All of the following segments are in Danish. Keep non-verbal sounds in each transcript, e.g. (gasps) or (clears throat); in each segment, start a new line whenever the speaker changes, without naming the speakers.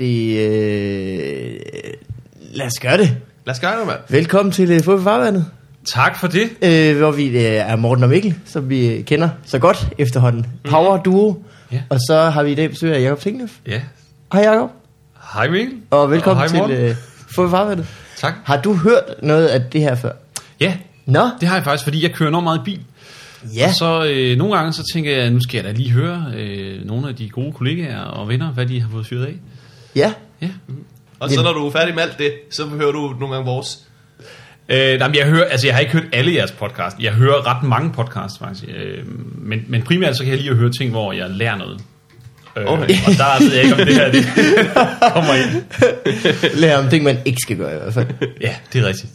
Øh, Lad os gøre det.
Lad os gøre det, mand.
Velkommen til uh, Fod for Farvandet,
Tak for det.
øh, hvor vi øh, er Morten og Mikkel, som vi øh, kender så godt efterhånden. Power Duo.
Ja.
Og så har vi i dag besøg af Jacob Tinglef.
Ja.
Hej Jacob,
Hej Mikkel.
og velkommen
hej, Morten.
til uh, Fod for Farvandet.
Tak.
Har du hørt noget af det her før?
Ja,
Nå,
det har jeg faktisk, fordi jeg kører enormt meget i bil.
ja.
Og så øh, nogle gange så tænker jeg, nu skal jeg da lige høre øh, nogle af de gode kollegaer og venner, hvad de har fået fyret af.
ja.
Ja. Mm.
Og så når du er færdig med alt det, så hører du nogle gange vores.
Øh, nej, men jeg, hører, altså, jeg har ikke hørt alle jeres podcast. Jeg hører ret mange podcasts faktisk. Øh, men, men primært så kan jeg lige høre ting, hvor jeg lærer noget. Øh,
Okay.
Og der ved jeg ikke, om det her det kommer ind.
Lad om ting, man ikke skal gøre i hvert fald. (laughs)
Ja, det er rigtigt.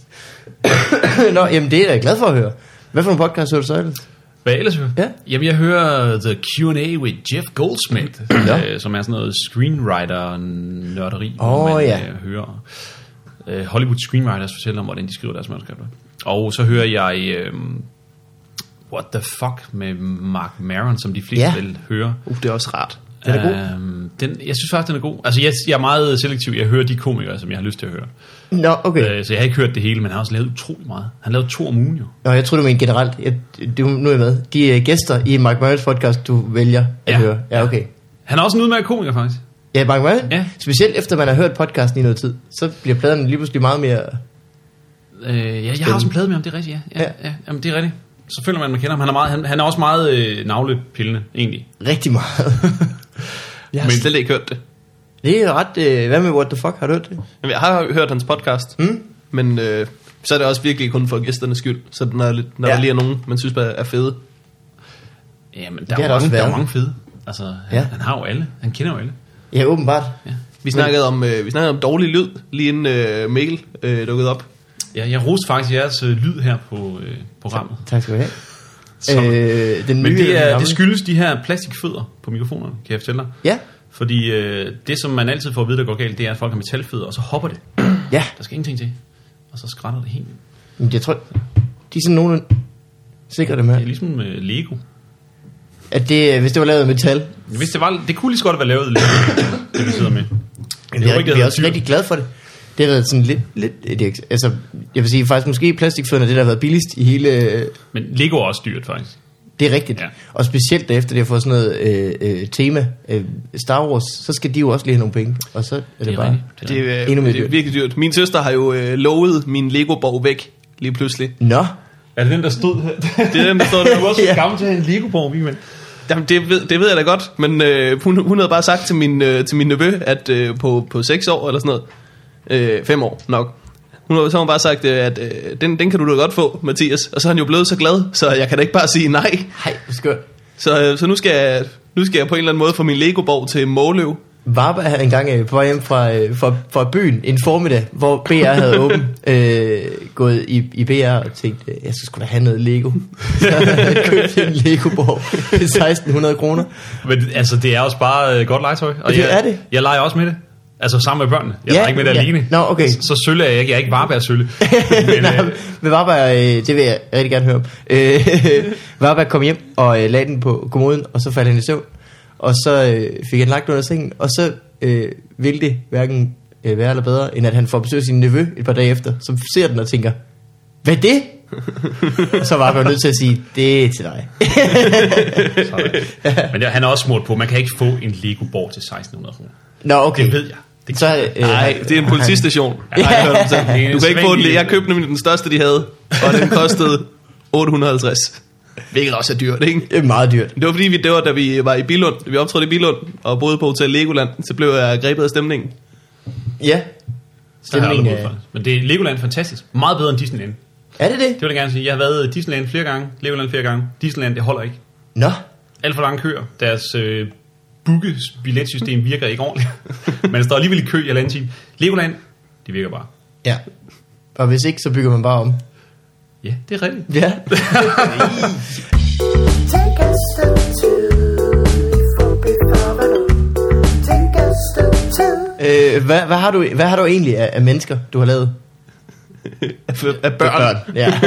Nå, jamen det er jeg da glad for at høre. Hvad for en podcast hører du så ellers?
Hvad jeg ellers hører?
Ja.
Jamen, jeg hører The Q&A with Jeff Goldsmith,
(clears throat) Ja.
øh, som er sådan noget screenwriter-nørderi,
Åh,
hvor man
ja.
øh, hører øh, Hollywood screenwriters fortælle om, hvordan de skriver deres manuskripter. Og så hører jeg øh, What the Fuck med Mark Maron, som de fleste
Ja.
ja. vil høre.
Uh, det er også rart.
Den er god.
Øhm, den, jeg synes faktisk, den er god. Altså, jeg, jeg er meget selektiv. Jeg hører de komikere, som jeg har lyst til at høre.
Nå, okay.
Øh, så jeg har ikke hørt det hele, men han har også lavet utrolig meget. Han lavede to om ugen, jo.
Nå, jeg tror du mener generelt. Jeg, du, nu er jeg med. De uh, gæster i Mark Mørens podcast, du vælger at
Ja.
høre. Ja, okay.
Han er også en udmærket komiker, faktisk.
Ja, Mark Mørn. Ja.
Ja.
Specielt efter man har hørt podcasten i noget tid, så bliver pladerne lige pludselig meget mere...
Øh, ja, jeg har også en plade med ham, det er rigtigt, ja.
Ja.
ja, ja. Jamen, det er rigtigt. Så føler man, at man kender ham. Han er, meget, han, han er også meget øh, navlepillende, egentlig.
Rigtig
(laughs)
meget.
Jeg har
Men-
Men... slet ikke hørt det.
Det er ret... Øh, hvad med What the Fuck? Har du hørt det?
Jamen, jeg har hørt hans podcast.
Mm.
Men øh, så er det også virkelig kun for gæsternes skyld. Så når, lidt- når
Ja.
ja. der lige er nogen, man synes bare er fede.
Jamen,
har
der, er, jo
der også
mange, der er
været.
jo mange fede. Altså, han,
Ja.
ja. han har jo alle. Han kender jo alle.
Ja, åbenbart.
Ja.
Vi snakkede, om, øh, vi snakkede om dårlig lyd, lige inden øh, Mikkel øh, dukkede op.
Ja, jeg roste faktisk jeres øh, lyd her på øh, programmet.
Tak skal du have.
Så,
Øh, den
men
nye,
det, er,
gamle.
det skyldes de her plastikfødder på mikrofonerne, kan jeg fortælle dig.
Ja,
Fordi øh, det, som man altid får at vide, der går galt, det er, at folk har metalfødder, og så hopper det.
ja.
Der skal ingenting til. Og så skrætter det helt. vildt.
Men jeg tror, de er sådan nogen sikre dem
Det er
her.
ligesom øh, Lego.
At det, øh, hvis det var lavet af metal.
Hvis det, var, det kunne lige så godt være lavet af Lego, (coughs) det vi sidder med.
Jamen, det er,
ikke
vi er også
dyrt.
rigtig glade for det. Det har været sådan lidt... lidt det, er ikke- altså, jeg vil sige, faktisk måske plastikfødderne er det, der har været billigst i hele... øh,
Men Lego er også dyrt, faktisk.
Det er rigtigt. Ja.
Ja.
Og specielt efter det har fået sådan noget øh, øh, tema, øh, Star Wars, så skal de jo også lige have nogle penge. Og så er det, det er bare...
rigtigt.
Det,
er-
er, øh,
Endnu mere
det er
dyrt.
virkelig dyrt. Min søster har jo øh, lovet min Lego-borg væk lige pludselig.
Nå,
Er (laughs) det den, der stod her?
Det er den, der står
Det var
der.
også
Ja.
ja. gammel til at have en Lego-borg, Vigman.
Jamen, det, ved, det ved jeg da godt, men øh, hun, hun havde bare sagt til min, øh, til min nevø, at øh, på, på 6 år eller sådan noget, øh, 5 år nok, hun har så har hun bare sagt, øh, at øh, den, den kan du da godt få, Mathias. Og så er han jo blevet så glad, så jeg kan da ikke bare sige nej.
hej, hvor skørt.
Så, øh, så nu, skal jeg, nu skal jeg på en eller anden måde få min Lego-borg til Måløv.
Varberg havde engang øh, på vej hjem fra, øh, fra, fra byen en formiddag, hvor BR (laughs) havde åben, øh, gået i, i BR og tænkt, øh, jeg skal sgu da have noget Lego. (laughs) Så havde jeg købt en Lego-borg til (laughs) 1600 kroner.
Men altså, det er også bare øh, godt legetøj. Og
Det
jeg,
er det.
Jeg leger også med det. Altså sammen med børnene. Jeg
Ja,
ja, leger ikke med det
ja.
ja. alene.
Nå, okay.
Så, så sølle er jeg ikke. Jeg er ikke
(laughs)
varebærsølle. Men,
Nej,
øh,
men Varberg, øh, det vil jeg rigtig gerne høre om. Øh, (laughs) Varberg kom hjem og øh, lagde den på kommoden, og så faldt han i søvn. Og så øh, fik han lagt under sengen, og så øh, ville det hverken øh, være eller bedre, end at han får besøg af sin nevø et par dage efter, som ser den og tænker, hvad er det? Og så var jeg nødt til at sige, det er til dig.
sådan. men ja, han er også smurt på. Man kan ikke få en Lego-borg til 1600 kroner.
Nå, okay.
Det ved jeg. Det
Så, øh,
Nej, det er en politistation. Nej, jeg hørte dem selv.
Det er
Du kan ikke få den.
sædvanlig-
Jeg købte nemlig den største, de havde, og den kostede 850. Hvilket også er dyrt, ikke?
Det er meget dyrt.
Det var fordi, vi, det var, da vi var i Bilund, vi optrådte i Bilund og boede på Hotel Legoland, så blev jeg grebet af stemningen.
Ja.
Så har jeg aldrig
Stemningen,
boet
øh,
før. Men det er Legoland er fantastisk. Meget bedre end Disneyland.
er det det?
Det vil jeg gerne sige. Jeg har været i Disneyland flere gange. Legoland flere gange. Disneyland, det holder ikke.
Nå.
alt for lange køer. Deres øh, bookes-billetsystem virker ikke ordentligt. (laughs) Man står alligevel i kø i halvanden time. Legoland, det virker bare.
Ja. Og hvis ikke, så bygger man bare om.
Ja, det er rigtigt.
Ja.
Take a step two before we Take a step two.
Øh, hvad, hvad, har du, hvad har du egentlig af, af mennesker, du har lavet?
(laughs) Af, af børn.
børn. Ja.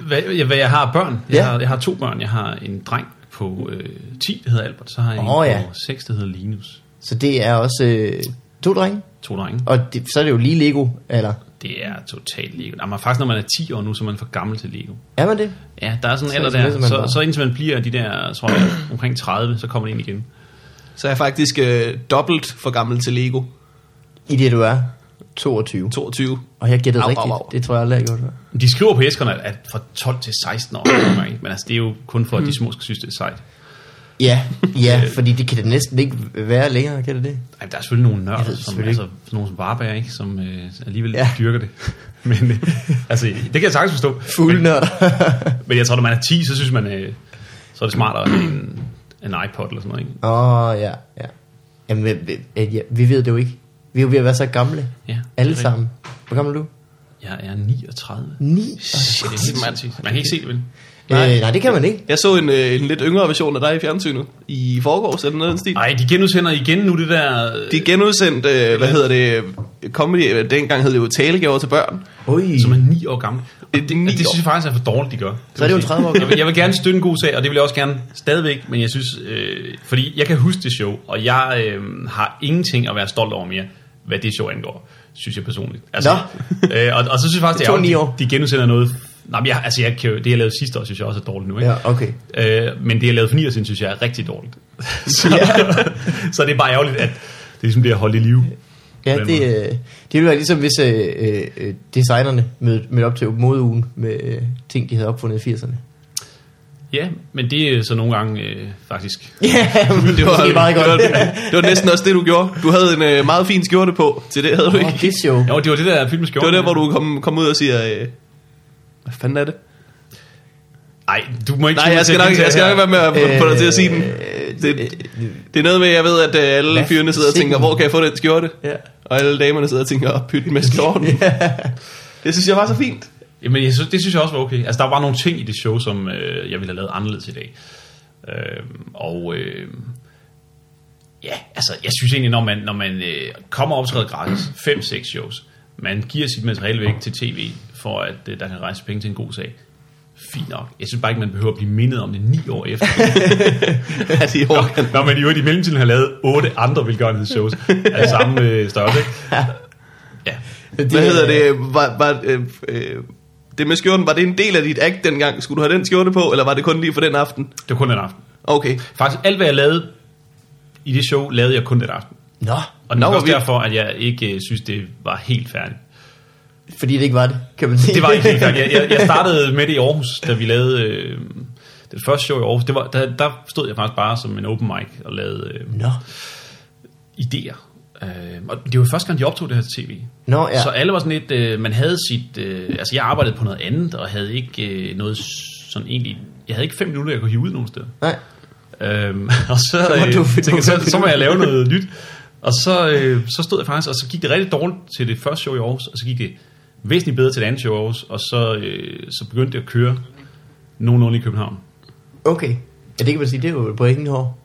Hvad, jeg, hvad, jeg har børn. Jeg,
Ja.
ja. har, jeg har to børn. Jeg har en dreng på øh, 10, der hedder Albert. Så har jeg en
Åh,
oh,
ja.
ja. på 6, der hedder Linus.
Så det er også øh, to drenge,
To drenge.
og det, så er det jo lige Lego, eller?
Det er totalt Lego. Nej, man, faktisk, når man er 10 år nu, så er man for gammel til Lego.
Er man det?
Ja, der er sådan en
Så
alder
indtil
der.
man
Så,
bare-
så indtil man bliver de der, tror jeg, omkring 30, så kommer det ind igen.
Så er jeg faktisk øh, dobbelt for gammel til Lego.
I det, du er 22.
22.
Og jeg gættede
Au, au,
rigtigt.
au.
Det tror jeg aldrig, jeg gjorde. før.
De skriver på æskerne, at fra 12 til 16 år, (coughs) kommer, ikke? men altså, det er jo kun for, at
Mm.
de små skal synes, det er sejt.
Ja,
(laughs)
ja, fordi det kan da næsten ikke være længere, kan det det?
Ej, men der er selvfølgelig nogle
Jeg
nørder,
ved
som,
selvfølgelig ikke.
altså, sådan nogle som Varberg, ikke? som øh, alligevel
Ja.
ja. dyrker det. (laughs) men øh, altså, det kan jeg sagtens forstå.
Fulde nørder.
Men jeg tror, når man er 10, så synes man, øh, så er det smartere at have en, en iPod eller sådan noget. Ikke?
(laughs) Åh, oh, ja, ja. Jamen, vi, vi, øh, ja, vi ved det jo ikke. Vi er jo ved at være så gamle.
Ja, det er
Alle
rigtigt.
sammen. Hvor gammel er du?
Jeg er 39.
9?
Shit, det er helt sindssygt. Man kan ikke se det, vel?
Nej. Øh, nej, det kan man ikke.
Jeg så en, øh, en lidt yngre version af dig i fjernsynet i forgårs, eller noget i den stil.
Nej, de genudsender igen nu det der... øh,
De er genudsendt, øh, hvad hedder det, øh, comedy, øh, dengang hed det jo talegaver til børn.
Ui.
som er 9 år gammel.
Det er
Mm. Det,
ni
det, det
år.
synes jeg faktisk er for dårligt, de gør.
Så er det jo
vil
en 30 år
sige. Jeg vil, jeg vil gerne støtte en god sag, og det vil jeg også gerne stadigvæk, men jeg synes, øh, fordi jeg kan huske det show, og jeg øh, har ingenting at være stolt over mere, hvad det show angår, synes jeg personligt. (laughs) øh, og, og så synes jeg faktisk,
Det
det,
tog ni
er
år.
ærgerligt, de, de genudsender noget. Nej, men jeg, altså, jeg kan, jo- det jeg lavede sidste år, synes jeg også er dårligt nu. Ikke?
Ja, okay.
Øh, men det jeg lavede for 9 år siden, synes jeg er rigtig
(laughs)
dårligt. så, (laughs) så det er bare ærgerligt, at det ligesom bliver holdt i live.
Ja,
på den
det,
måde.
øh, det ville være ligesom, hvis øh, øh, øh, designerne mødte, mødte op til modeugen med øh, ting, de havde opfundet i 80'erne.
Ja, men det er så nogle gange øh, faktisk
Ja, men det var meget
Det var,
godt.
det var næsten også det, du gjorde. Du havde en øh, meget fin skjorte på, til det havde du ikke.
(laughs) Åh, det show.
Jo, det var det der film med
Det var
skjorten.
der, hvor du kom, kom ud og siger, øh, hvad fanden er det?
Nej, du må ikke...
Nej, jeg skal nok, jeg skal nok være med at få dig til at sige den.
Øh,
Det,
øh,
det er noget med, at jeg ved, at øh, alle
Hvad
fyrene sidder og
sikken?
tænker, hvor kan jeg få den skjorte?
Ja.
Og alle damerne sidder og tænker, "Åh, pyt med skjorten. (laughs) Det synes jeg var så fint.
Jamen, jeg synes, det synes jeg også var okay. Altså, der var nogle ting i det show, som øh, jeg ville have lavet anderledes i dag. Øh, og... Øh, ja, altså, jeg synes egentlig, når man, når man øh, kommer og optræder gratis, 5-6 shows, man giver sit materiale væk til tv, for at øh, der kan rejse penge til en god sag. Fint nok. Jeg synes bare ikke, man behøver at blive mindet om det ni år efter.
(laughs) (laughs) Ja, de er hårde.
Når man i øvrigt i mellemtiden har lavet otte andre velgørenhedsshows af samme øh,
(laughs)
størrelse. ikke? Ja.
(laughs) Hvad hedder det? Var, var, øh, øh, det med skjorten, var det en del af dit act dengang? Skulle du have den skjorte på, eller var det kun lige for den aften?
Det var kun den aften.
Okay.
Faktisk alt, hvad jeg lavede i det show, lavede jeg kun den aften.
Nå,
Og det
Nå,
var
hvor
også
vildt.
derfor, at jeg ikke øh, synes, det var helt færdigt.
fordi det ikke var det, kan man sige.
Det var ikke helt færdigt. Jeg, jeg, jeg startede med det i Aarhus, da vi lavede øh, det første show i Aarhus. Det var, der, der stod jeg faktisk bare som en open mic og lavede øh,
(laughs) Nå,
idéer. Øh, og det var første gang, de optog det her til tv.
Nå ja.
Ja. Så alle var sådan lidt, øh, man havde sit, øh, altså jeg arbejdede på noget andet, og havde ikke øh, noget s- sådan egentlig, jeg havde ikke fem minutter, jeg kunne hive ud nogen steder.
Nej.
Øhm, (laughs) og så,
Så må
øh,
du finde
tænkte, jeg,
ud af
så,
det.
så må jeg lave noget nyt. Og så, øh, så stod jeg faktisk, og så gik det rigtig dårligt til det første show i Aarhus, og så gik det væsentligt bedre til det andet show i Aarhus, og så, øh, så begyndte det at køre nogenlunde i København.
Okay. Ja, det kan man sige, det er jo på ingen hår.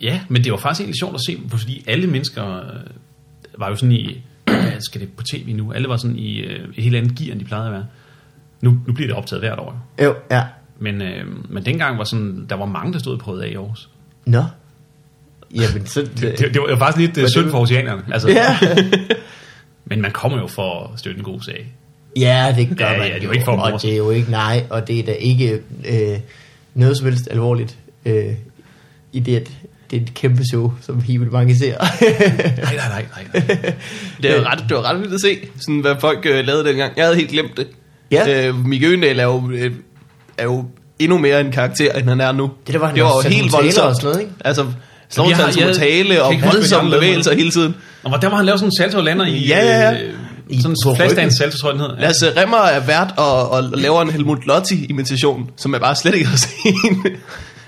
Ja, men det var faktisk egentlig sjovt at se, fordi alle mennesker øh, var jo sådan i, "Ja, skal det på tv nu? Alle var sådan i øh, et helt andet gear, end de plejede at være. Nu, nu bliver det optaget hvert år. jo.
Jo, ja.
Men, øh, men dengang var sådan, der var mange, der stod og prøvede af i Aarhus.
Nå. Jamen, så... Det,
Det, det var faktisk lidt øh,
det-
synd for oceanerne. Altså,
ja.
(laughs) Men man kommer jo for at støtte en god sag.
ja, det gør
Ja,
man
ja, det er jo ikke for at
Og
morse.
det er jo ikke nej, og det er da ikke øh, noget som helst alvorligt øh, i det, at det er et kæmpe show, som helt mange ser.
(laughs) Nej, nej, nej, nej. nej.
Det var ret, det var ret vildt at se, sådan, hvad folk øh, lavede dengang. Jeg havde helt glemt det.
Ja.
Øh, Mikke Øgendal er jo, øh, er jo endnu mere en karakter, end han er nu.
Det der var, han
det
også
var jo
satte
helt
nogle taler
voldsomt.
og sådan noget, ikke?
Altså, slår
jeg har-
han som
jeg
tale
kan
og
ikke huske,
voldsomme
hvad jeg
bevægelser
lavede.
hele tiden.
Og der var han lavet sådan en salto-lander i...
Ja, ja, ja.
I-
I, sådan
på
en
ryggen.
flashdance salto, tror jeg, den hed. Ja.
Lasse øh, Remmer er vært og, og laver en Helmut Lotti-imitation, som jeg bare slet ikke har set. (laughs)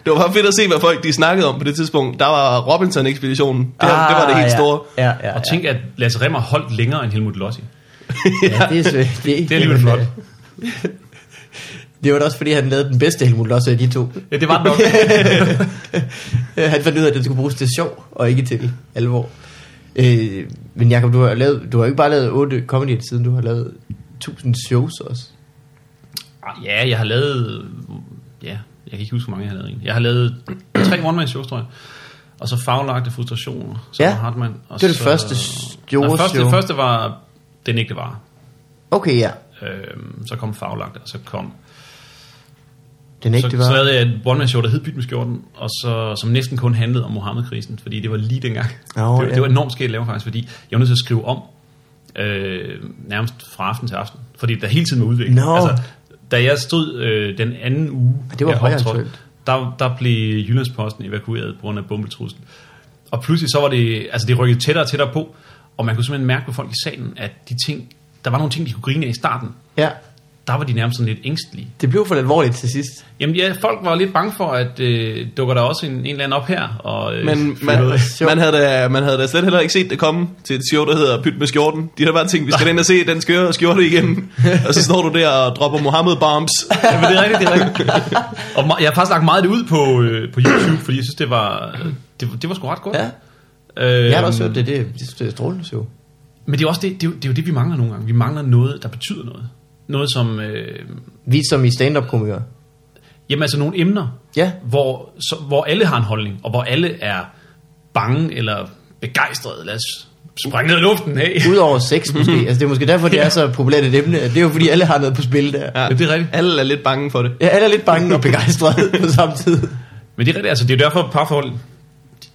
Det var bare fedt at se, hvad folk de snakkede om på det tidspunkt. Der var Robinson-ekspeditionen. Det, ah, det var det helt
ja.
store.
Ja, ja,
(laughs)
ja.
Og tænk, at Lasse Remmer holdt længere end Helmut Lotti.
Ja, det er, svæ- det
Det er alligevel flot.
Det var da også, fordi han lavede den bedste Helmut Losse af de to.
Ja, det var det nok.
Øh, (laughs) han fandt ud af, at den skulle bruges til sjov, og ikke til alvor. Øh, men Jacob, du har, lavet, du har jo ikke bare lavet 8 comedy siden, du har lavet 1000 shows også.
Ah, Ja, jeg har lavet... Ja, jeg kan ikke huske, hvor mange jeg har lavet. egentlig. Jeg har lavet tre one-man-shows, tror jeg. Og så faglagte frustrationer, som
Ja.
ja. Hartmann. Og
Det var det
så,
første
Nej,
store
første,
show.
Det første var Den ægte vare.
Okay, ja.
Øhm, så kom Faglagt, og så kom...
Den er ikke,
så,
det var...
så lavede jeg et one show der hed Byt med skjorten, og så, som næsten kun handlede om Mohammed-krisen, fordi det var lige dengang.
Nå,
det,
ja.
det var enormt skægt at lave faktisk, fordi jeg var nødt til at skrive om øh, nærmest fra aften til aften, fordi der hele tiden var udvikling. Altså,
Nå.
da jeg stod øh, den anden uge,
det var
jeg
højere
optrådte,
aktuelt.
der, der blev Jyllandsposten evakueret på grund af bombetruslen. Og pludselig så var det, altså det rykkede tættere og tættere på, og man kunne simpelthen mærke på folk i salen, at de ting, der var nogle ting, de kunne grine af i starten,
Ja,
der var de nærmest sådan lidt ængstelige.
det blev for alvorligt til sidst.
Jamen ja, folk var lidt bange for, at øh, dukker der også en, en eller anden op her. Og, øh,
Men
fyrer
man,
noget af.
man, havde da, man havde da slet heller ikke set det komme til et show, der hedder Pyt med skjorten. De havde bare tænkt, vi skal ind og se den skøre skjorte (laughs) igen. og så står du der og dropper Mohammed bombs.
Jamen, det er rigtigt, det er rigtigt. Og me- jeg har faktisk lagt meget af det ud på, øh, på YouTube, fordi jeg synes, det var, det, var- det var sgu ret godt.
Ja,
øh,
jeg har da også hørt det. Det, det, det er strålende show.
Men det er, også det, det, er jo, det er jo det, vi mangler nogle gange. Vi mangler noget, der betyder noget. Noget som, øh,
Vi som i stand-up-komikere.
jamen altså nogle emner,
Ja,
hvor, så, hvor alle har en holdning, og hvor alle er bange eller begejstrede. Lad os sprænge ned i luften, hey.
udover sex måske. Altså, det er måske derfor, det er så populært et emne. at Det er jo fordi, alle har noget på spil der.
Ja,
(laughs) det er rigtigt.
Alle er lidt bange for det.
Ja, alle er lidt bange og begejstrede på samme tid.
Men det er rigtigt, altså det er derfor parforhold.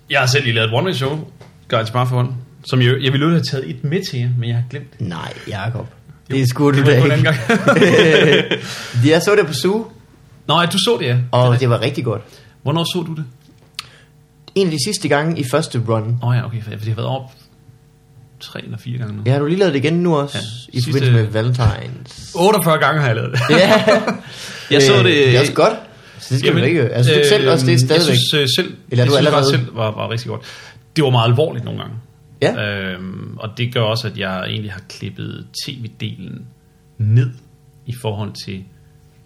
Jeg har selv lige lavet et one-man show, gør et parforhold, som jeg, jeg ville jo have taget et med til jer, men jeg har glemt det.
Nej, Jacob. Det er sgu du
det
da
var en
(laughs)
anden
ikke.
gang.
Øh, jeg så det på Zoo,
Nå, ja, du så det, ja.
og det var rigtig godt.
Hvornår så du det?
En af de sidste gange i første run.
Åh oh, ja, okay, for det har været op tre eller fire gange nu.
Ja, har du lige lavet det igen nu også,
Ja,
i
sidste-
forbindelse med Valentine's.
48 gange har jeg lavet det.
(laughs) Ja,
Jeg så
Øh,
det-
Det er også godt. Så det skal Jamen, du ikke... Altså, du øh, selv også, det er stadigvæk...
Jeg synes øh, selv,
Eller er
jeg
du
synes
allerede-
faktisk selv var, var rigtig godt. Det var meget alvorligt nogle gange.
Ja.
Øhm, og det gør også, at jeg egentlig har klippet tv-delen ned i forhold til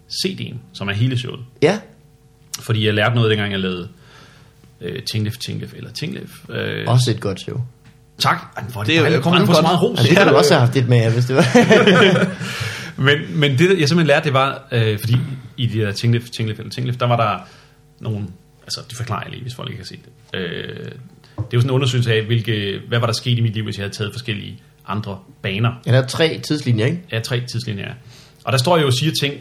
CD'en, som er hele showet.
Ja,
Fordi jeg lærte noget, dengang jeg lavede øh, Tinglef, Tinglef eller Tinglef. Øh,
også et godt show.
tak. Ej, hvor er
Det
det,
er jo
det, det kommer på så meget ros.
Altså, det kunne du også have haft lidt med, jer, hvis det var... (laughs)
(laughs) Men, men det, jeg simpelthen lærte, det var, øh, fordi i det der Tinglef, Tinglef eller Tinglef, der var der nogle, altså det forklarer jeg lige, hvis folk ikke har set det. Øh, det er jo sådan en undersøgelse af, hvilke, hvad var der sket i mit liv, hvis jeg havde taget forskellige andre baner
ja, der er tre tidslinjer, ikke?
af tre tidslinjer. Og der står jeg jo og siger ting,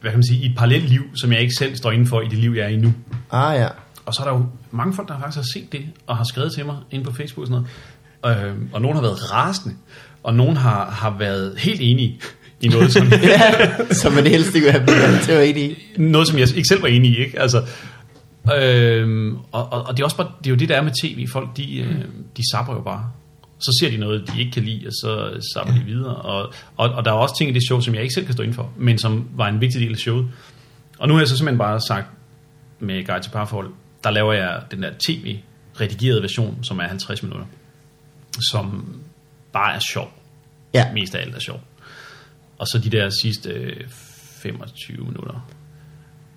hvad kan man sige, i et parallelt liv, som jeg ikke selv står indenfor i det liv, jeg er i nu.
Ah, ja.
Og så er der jo mange folk, der faktisk har set det, og har skrevet til mig inde på Facebook og sådan noget. Øh, og nogen har været rasende, og nogen har, har været helt enige i noget, som,
ja. (laughs) Som man helst ikke vil have blevet til at være enig i.
noget, som jeg ikke selv var enig i. Ikke? Altså, øh, og, og, og det er også bare, det er jo det, der er med tv. Folk, de, øh, de sapper jo bare. Så ser de noget, de ikke kan lide, og så sapper de videre. Og, og, og der er også ting i det show, som jeg ikke selv kan stå indenfor, men som var en vigtig del af showet. Og nu har jeg så simpelthen bare sagt, med Guide til Parforhold, der laver jeg den der tv-redigerede version, som er 50 minutter, som bare er sjov.
Ja.
Mest af alt er sjov. Og så de der sidste øh, 25 minutter,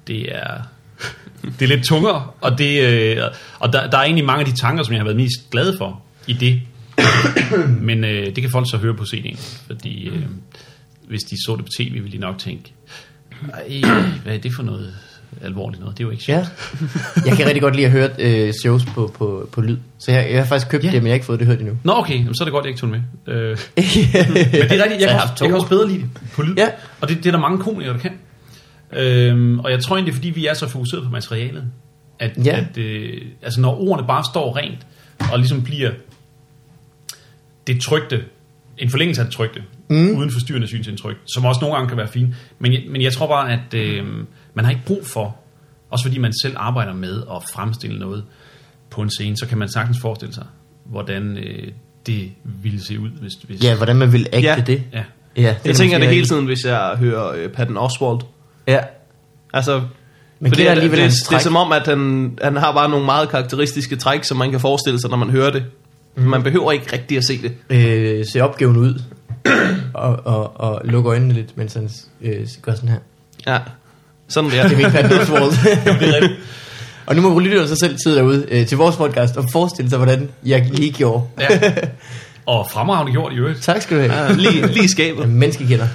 det er, (laughs) det er lidt tungere, og, det, øh, og der, der er egentlig mange af de tanker, som jeg har været mest glad for i det. (coughs) Men øh, det kan folk så høre på CD'en, fordi øh, hvis de så det på tv, ville de nok tænke, "Ej, hvad er det for noget alvorligt noget? Det er jo ikke sjovt.
Ja. Jeg kan rigtig godt lide at høre øh, shows på, på, på lyd. Så jeg, jeg har faktisk købt
Ja.
yeah. det, men jeg har ikke fået det hørt
(laughs)
endnu.
Nå okay, Jamen, så er det godt, jeg ikke tog den med. Øh, men det er rigtigt, jeg, kan,
har
også,
haft to.
jeg kan også bedre lide det på lyd.
Ja.
Og det, det er der mange komikere, der kan. Øhm, og jeg tror egentlig, fordi vi er så fokuseret på materialet, at,
Ja.
at øh, altså, når ordene bare står rent, og ligesom bliver det trygte, en forlængelse af det trygte, mm. uden forstyrrende synsindtryk, som også nogle gange kan være fint. Men jeg, men jeg tror bare, at øh, man har ikke brug for, også fordi man selv arbejder med at fremstille noget på en scene, så kan man sagtens forestille sig, hvordan øh, det ville se ud, hvis... hvis
Ja, hvordan man vil agte
Ja.
det.
ja.
Ja, det
Jeg tænker det hele
helt
tiden, hvis jeg hører øh, Patton Oswald.
Ja.
Altså,
Men
for
det
det,
er
er, det,
alligevel
det,
hans
det er
træk.
som om, at han, han har bare nogle meget karakteristiske træk, som man kan forestille sig, når man hører det.
Mhm.
Man behøver ikke rigtig at se det.
Øh, se opgaven ud. og, og, og lukke øjnene lidt, mens han øh, gør sådan her.
Ja. Sådan vil
Det er
jeg.
min
(laughs)
fandme Og nu må lytterne så selv sidde derude øh, til vores podcast og forestille sig, hvordan jeg lige gjorde.
ja. (laughs) Og fremragende gjort i øvrigt.
Tak skal du have.
Ja, (laughs) lige, lige i skabet.
Menneskekender.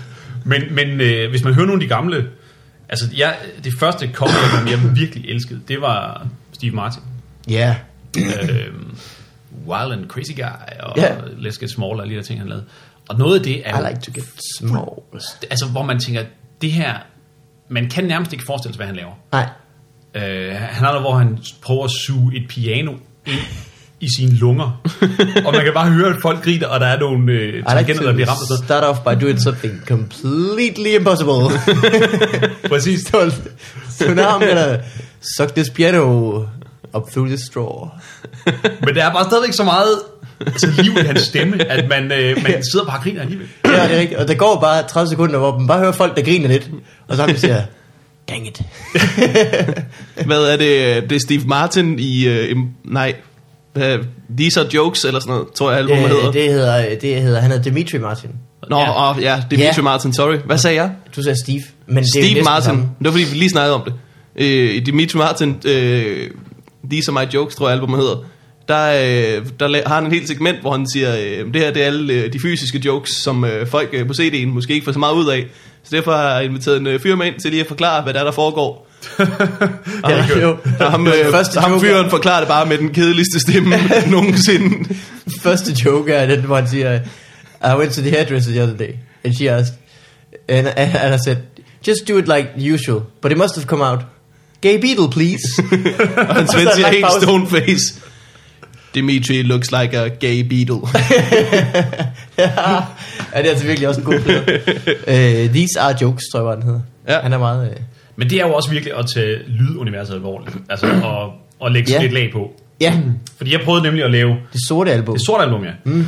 Men, men øh, hvis man hører nogle af de gamle... Altså, jeg, det første cover jeg virkelig elskede, det var Steve Martin.
Ja.
øh, Wild and Crazy Guy og
Ja.
yeah. Let's Get Small og alle de der ting, han lavede. Og noget af det
I
er jo
like to get small.
altså, hvor man tænker, det her, man kan nærmest ikke forestille sig, hvad han laver.
Nej,
Øh, han har noget, hvor han prøver at suge et piano ind i sine
(laughs)
lunger. og man kan bare høre, at folk griner, og der er nogle øh,
I like
tangenter, der bliver ramt og
to
sådan
start off by doing something completely
(laughs)
impossible. (laughs)
noget. Præcis.
Stolt. So now I'm gonna suck this piano up through the straw.
Men der er bare stadigvæk så meget altså, liv i hans
(laughs)
stemme, at man, øh, man sidder bare og griner alligevel.
Ja, det er rigtigt. Og der går bare 30 sekunder, hvor man bare hører folk, der griner lidt. Og så siger dang
(laughs)
it.
Hvad er det? Det er Steve Martin i... Øh, im- nej. Hvad, These are jokes, eller sådan noget, tror jeg, albumet
Øh,
hedder.
det hedder, det hedder, han hedder Dimitri Martin.
Nå,
Ja.
ja, åh, ja Dimitri
Ja.
Martin, sorry. Hvad sagde jeg?
Du sagde Steve, men det er jo
Steve
næsten
Martin.
samme.
Det var fordi, vi lige snakkede om det. Øh, Dimitri Martin, øh, These Are My Jokes, tror jeg albumet hedder. Der, øh, der la- har han en helt segment, hvor han siger, øh, det her det er alle øh, de fysiske jokes, som øh, folk øh, på CD'en måske ikke får så meget ud af. Så derfor har jeg inviteret en øh, fyr med ind til lige at forklare, hvad der, er, der foregår.
(laughs) Ja,
det er
jo.
Og ham,
Det var
øh,
første
ham
joke.
fyren forklarer det bare med den kedeligste
(laughs)
stemme nogensinde.
Første joke er den, hvor han siger, I went to the hairdresser the other day, and she asked, and, and I said, just do it like usual, but it must have come out, gay beetle,
(laughs)
please.
Og hans ven
Og (laughs) så
siger
en lang
helt
pause.
stone face. Dimitri looks like a gay beetle.
ja, det er altså virkelig også en god plade. uh, These are jokes, tror jeg, var den hedder.
Ja.
Han er meget... Øh,
Men det er jo også virkelig at tage lyduniverset alvorligt. Altså, og, og lægge sådan
Ja.
et lag på.
ja,
Fordi jeg prøvede nemlig at lave
det sorte album.
det sorte album, ja. Mm.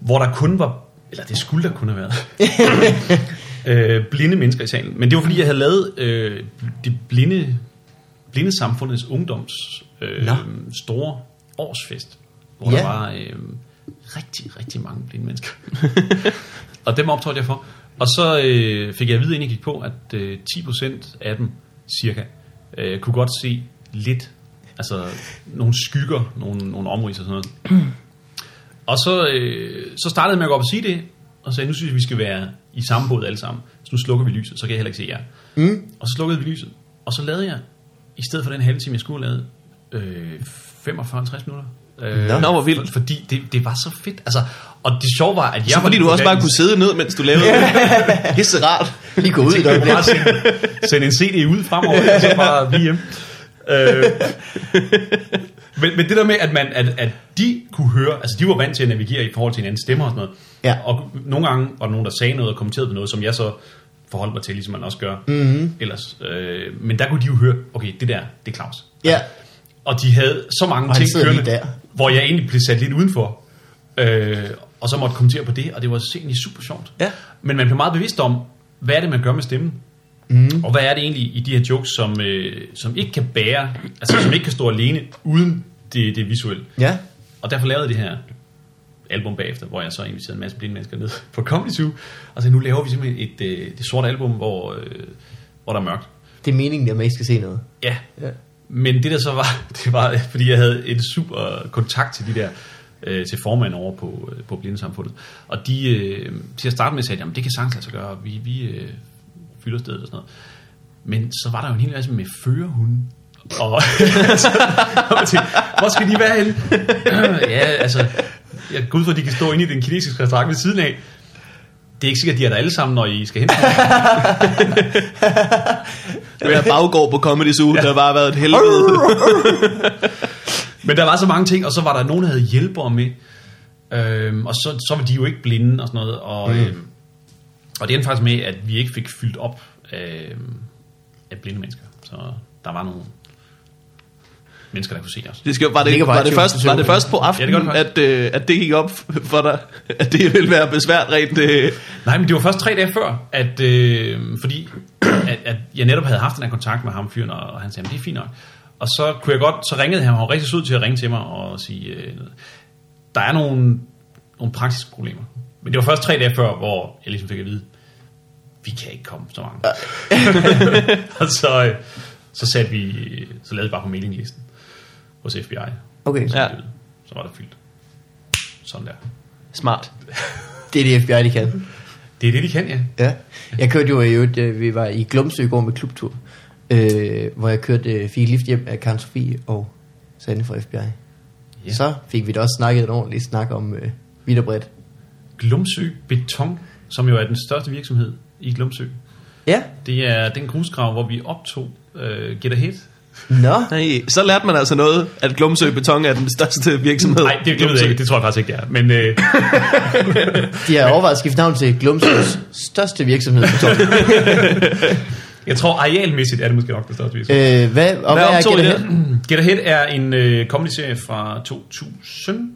Hvor der kun var, eller det skulle der kun have været,
(laughs)
øh, blinde mennesker i salen. Men det var fordi, jeg havde lavet øh, det blinde, blinde samfundets ungdoms øh,
Nå.
store årsfest. Hvor
Ja.
der var øh, rigtig, rigtig mange blinde mennesker. og dem optrådte jeg for. Og så øh, fik jeg at vide, inden jeg gik på, at øh, 10% af dem cirka øh, kunne godt se lidt, altså nogle skygger, nogle, nogle omridser og sådan noget. Og så, øh, så startede jeg med at gå op og sige det, og sagde, nu synes jeg, vi skal være i samme båd alle sammen. Så nu slukker vi lyset, så kan jeg heller ikke se jer. Mm. Og så slukkede vi lyset, og så lavede jeg, i stedet for den halve time, jeg skulle have lavet, øh, 45-50 minutter. Øh,
Nå, hvor vildt.
for- Fordi det, det var så fedt. Altså, og det sjove var, at jeg...
Så
var
fordi
den
du også bare
på
kunne sidde ned, mens du lavede det. Det er så rart.
Lige gå ud i
Jeg kunne
det.
bare sende, sende en CD ud fremover, og så bare blive hjemme. Øh, men, men det der med, at, man, at, at de kunne høre, altså de var vant til at navigere i forhold til hinandens stemmer og sådan noget.
Ja.
Og nogle gange var der nogen, der sagde noget og kommenterede på noget, som jeg så forholdt mig til, ligesom man også gør
Mhm.
mm-hmm. ellers. Øh, men der kunne de jo høre, okay, det der, det er Claus.
Ja,
Og de havde så mange
Og han
ting
sidder lige
kørende,
der.
hvor jeg egentlig blev sat lidt udenfor. Øh, og så måtte kommentere på det, og det var egentlig super sjovt.
Ja.
Men man blev meget bevidst om, hvad er det, man gør med stemmen? Mm. Og hvad er det egentlig i de her jokes, som, øh, som ikke kan bære, altså som ikke kan stå alene uden det, det visuelle?
ja.
Og derfor lavede jeg det her album bagefter, hvor jeg så inviterede en masse blinde mennesker ned på Comedy Zoo, og så nu laver vi simpelthen et, øh, det sorte album, hvor, øh, hvor der er mørkt.
Det er meningen, at man ikke skal se noget.
Ja.
Ja.
ja. Men det der så var, (laughs) det var, fordi jeg havde en super kontakt til de der, øh, til formanden over på, øh, på Blindesamfundet. Og de, øh, til at starte med sagde, de, jamen det kan sagtens lade sig gøre, vi, vi øh, fylder stedet og sådan noget. Men så var der jo en hel masse med førerhunde. Og (laughs) så, og jeg tænkte, hvor skal de være henne? (clears throat) ja, altså, jeg går ud fra, at de kan stå inde i den kinesiske restaurant ved siden af. Det er ikke sikkert, at de er der alle sammen, når I skal hen.
Den der baggård på Comedy Zoo, der har bare været et helvede.
Men der var så mange ting, og så var der nogen, der havde hjælpere med. Øhm, og så, så var de jo ikke blinde og sådan noget. Og, mm. øhm, og det endte faktisk med, at vi ikke fik fyldt op øhm, af blinde mennesker. Så der var nogle mennesker, der kunne se os.
Det skal, var, det,
Ligger bare
var, det
20
først, var det først på aftenen,
Ja,
ja,
det
det
gør det
at, øh, at det gik op for dig, at det ville være besvært rent... Øh,
Nej, men det var først tre dage før, at, øh, fordi at, at jeg netop havde haft den her kontakt med ham fyren, og, og han sagde, "Jamen, det er fint nok. Og så kunne jeg godt, så ringede han, han var rigtig sød til at ringe til mig og sige, øh, der er nogle, nogle praktiske problemer. Men det var først tre dage før, hvor jeg ligesom fik at vide, vi kan ikke komme så mange. og så, øh, så satte vi, så lavede vi bare på mailinglisten hos FBI.
Okay,
Så,
Ja.
ja. så var der fyldt. Sådan der.
smart.
(laughs) det er det FBI, de kan.
Det er det, de kan, ja.
Ja. Jeg kørte jo i øvrigt, øh, vi var i Glumsø i går med klubtur, øh, hvor jeg kørte, øh, fik et lift hjem af Karen Sofie og Sande fra FBI.
Ja.
Så fik vi da også snakket en ordentlig snak om øh, vidt og bredt.
Glumsø Beton, som jo er den største virksomhed i Glumsø.
Ja.
Det er den grusgrav, hvor vi optog øh, Get a Hit.
Nå.
Nej, så lærte man altså noget, at Glumsø Beton er den største virksomhed.
Nej, det, det ved jeg ikke. Det tror jeg faktisk ikke, det er. Men øh,
De har overvejet at skifte navn til Glumsøs største virksomhed. Øh, Tom.
jeg tror, arealmæssigt er det måske nok den største virksomhed.
øh, hvad, og hvad,
Hvad
er
optog I
Gillette
der?
Get a Hit er en øh, comedy-serie fra
(laughs)
2000.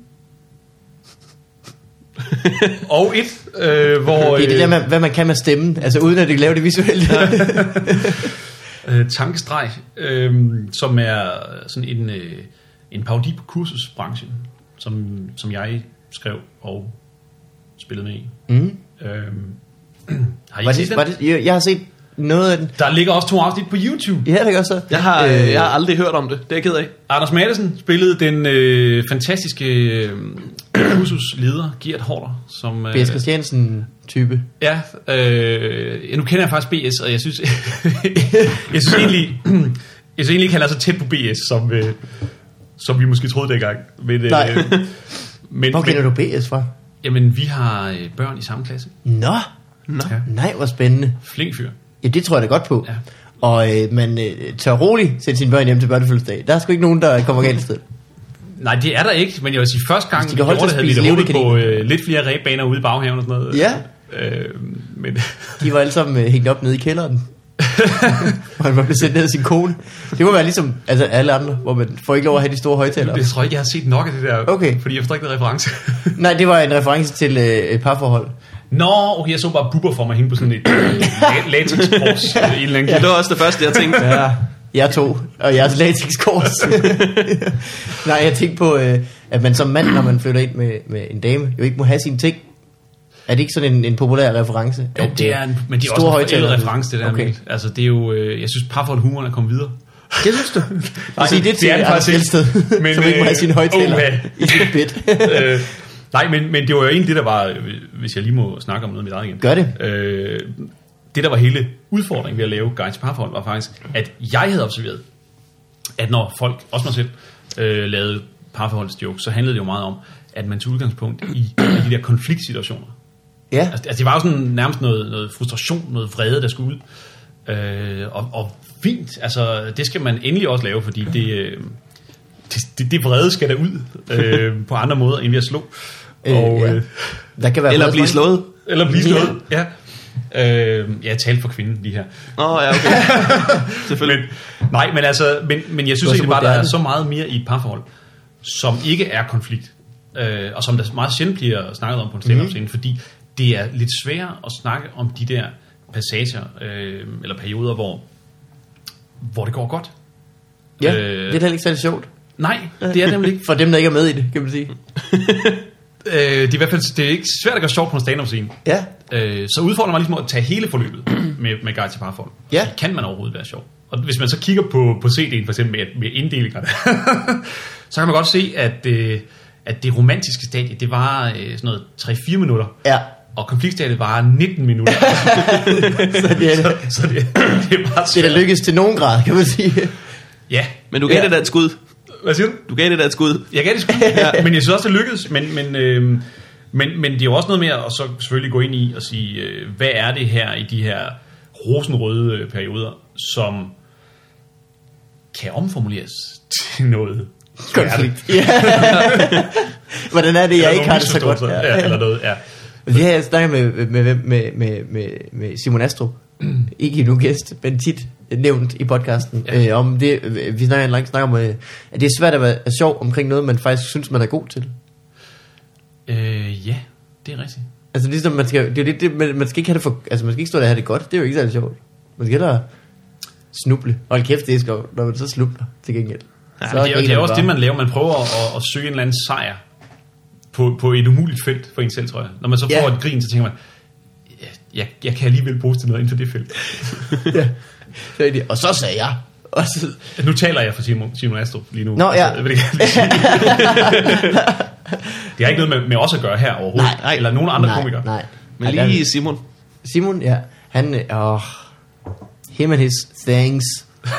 og et, øh, hvor...
Det er det der med, hvad man kan med stemmen, altså uden at det laver det visuelt.
øh, tankestreg, øh, som er sådan en, øh, en parodi på kursusbranchen, som, som jeg skrev og spillede med i.
mm.
Øh, (clears throat) har I
(laughs) var
set
det,
den?
var det, jo, jeg har set noget af den.
Der ligger også to afsnit på YouTube.
Ja, det gør så.
Jeg har, øh, jeg har aldrig hørt om det. Det er jeg ked af.
Anders Madsen spillede den øh, fantastiske øh, (clears throat) kursusleder Gert Hårder, som... Øh,
B.S. Christiansen type.
Ja, øh, ja, nu kender jeg faktisk BS, og jeg synes, (laughs) jeg synes egentlig, (clears throat) jeg synes egentlig ikke, han er så tæt på BS, som, øh, som vi måske troede dengang. Men, øh,
Nej.
(laughs) men,
Hvor kender
men,
du BS fra?
Jamen, vi har øh, børn i samme klasse.
Nå,
Nå.
Ja.
nej, hvor spændende.
Flink fyr.
Ja, det tror jeg da godt på.
Ja.
Ja. Og øh, man øh, tør roligt sende sine børn hjem til børnefødselsdag. Der er sgu ikke nogen, der kommer galt sted.
Nej, det er der ikke, men jeg vil sige, første gang,
Hvis
vi
de kan holde
gjorde det,
til at
havde vi det
spise
håbet på
levende
øh, lidt flere ræbbaner ude i baghaven og sådan noget.
Ja.
Øh, men
De var alle sammen øh, hængt op nede i kælderen. hvor han var blevet sendt ned af sin kone. Det må være ligesom altså, alle andre, hvor man får ikke lov at have de store
(laughs)
højtalere.
jeg tror ikke, jeg har set nok af det der,
Okay.
fordi jeg forstår ikke den reference. (laughs)
Nej, det var en reference til øh, et parforhold.
Nå, okay, jeg så bare buber for mig hende på sådan et (coughs) øh,
(laughs)
latex-kors. øh, i en eller anden
Det var også det første, jeg tænkte.
Ja. Jeg to, og jeres
(laughs)
latexkors. Nej, jeg tænkte på, øh, at man som mand, når man flytter ind med, med en dame, jo ikke må have sine ting. Er det ikke sådan en, en populær reference?
Jo,
At,
det
øh,
er en, men det er også
store
en forældet
højtalere-
reference, det der. Okay. Altså, det er jo, øh, jeg synes, parforhold humoren er kommet videre. Altså,
Det synes
(laughs)
du? Nej,
det-
sige det til
det er det
Anders
faktisk
Elsted,
ikke. Men,
som ikke må
øh,
have sine højtaler
åha.
i sit bed.
(laughs) øh, nej, men, men det var jo egentlig det, der var, øh, hvis jeg lige må snakke om noget med dig igen.
Gør det.
Øh, det, der var hele udfordringen ved at lave Guides til Parforhold, var faktisk, at jeg havde observeret, at når folk, også mig selv, øh, lavede parforholdsjokes, så handlede det jo meget om, at man til udgangspunkt i, i de der konfliktsituationer,
ja,
Altså, altså, det var jo sådan nærmest noget, noget frustration, noget vrede, der skulle ud. Øh, og, og fint, altså, det skal man endelig også lave, fordi det, øh, det, det, det vrede skal der ud øh, på andre måder, end ved at slå.
Øh,
Og,
ja.
øh,
der kan være
Eller
flere
blive
point.
slået.
eller blive slået. Ja. Øh, jeg talte for kvinden lige her.
Nå, ja, okay.
Men, nej, men altså, men, men jeg synes
var så
egentlig bare, der er
moderne.
så meget mere i et parforhold, som ikke er konflikt, øh, og som der meget sjældent bliver snakket om
Mhm.
på en stand scene, fordi det er lidt sværere at snakke om de der passager, øh, eller perioder, hvor, hvor det går godt.
Ja,
Øh,
det er da heller ikke særlig sjovt.
Nej, det er nemlig ikke.
(laughs) For dem, der ikke er med i det, kan man sige.
Øh, det er i hvert fald det er ikke svært at gøre sjovt på en stand-up scene.
Ja,
Øh, så udfordrer man ligesom at tage hele forløbet
(clears throat)
med, med guide til parforhold.
Ja.
Kan man overhovedet være sjov? Og hvis man så kigger på, på CD'en for eksempel med, med inddelingerne, (laughs) så kan man godt se, at, øh, at det romantiske stadie, det var øh, sådan noget 3-4 minutter.
ja.
Og konfliktstadiet var
(laughs)
19 minutter.
Så det er,
(laughs) så det, det er bare
det er
svært.
da lykkedes til nogen grad, kan man
(laughs)
sige.
Ja.
Men du gav
Ja.
det der et skud.
Hvad siger du?
Du gav det der et skud.
Jeg kan
(laughs)
det sgu. ja. Men jeg synes også, det lykkedes. Men, men, øh, men, men det er jo også noget med at så selvfølgelig gå ind i og sige, øh, hvad er det her i de her rosenrøde øh, perioder, som kan omformuleres (laughs) til noget smerte.
Konflikt. Ja. Hvordan er det,
Eller
jeg ikke
nogle
har det så godt?
misforståelser. Ja, eller noget, ja.
Det har jeg snakket med, med, med, med, med, med, med Simon Astrup, ikke endnu gæst, men tit nævnt i podcasten,
Mm. Ja.
ja. øh, om det, vi snakker en lang snak om, øh, at det er svært at være er sjov omkring noget, man faktisk synes, man er god til.
Øh, ja, det er rigtigt.
Altså ligesom, man skal, det er jo lidt det, man, man skal ikke have det for, altså man skal ikke stå der og have det godt, det er jo ikke særlig sjovt. Man skal hellere snuble. Hold kæft, det er sjovt, når man så snubler til gengæld. Ja,
Så det, er, jo- det er også det, man laver. Man prøver at, at, at søge en eller anden sejr på, på et umuligt felt for en selv, tror jeg. Når man så
Ja.
får et grin, så tænker man, "Ja, jeg, jeg kan alligevel bruges til noget inden for det felt.
(laughs) man... Ja. Og så sagde jeg. Og så,
Nu taler jeg for Simon, Simon Astrup lige nu. Altså,
Nå, ja.
jeg vil det, gerne lige sige.
(laughs)
det har ikke noget med, med os at gøre her overhovedet.
Nej, nej.
Eller nogen andre
nej,
komikere.
Nej.
Men
Ej, der-
lige Simon.
Simon, ja. Han, øh, åh, him and his things.
(laughs)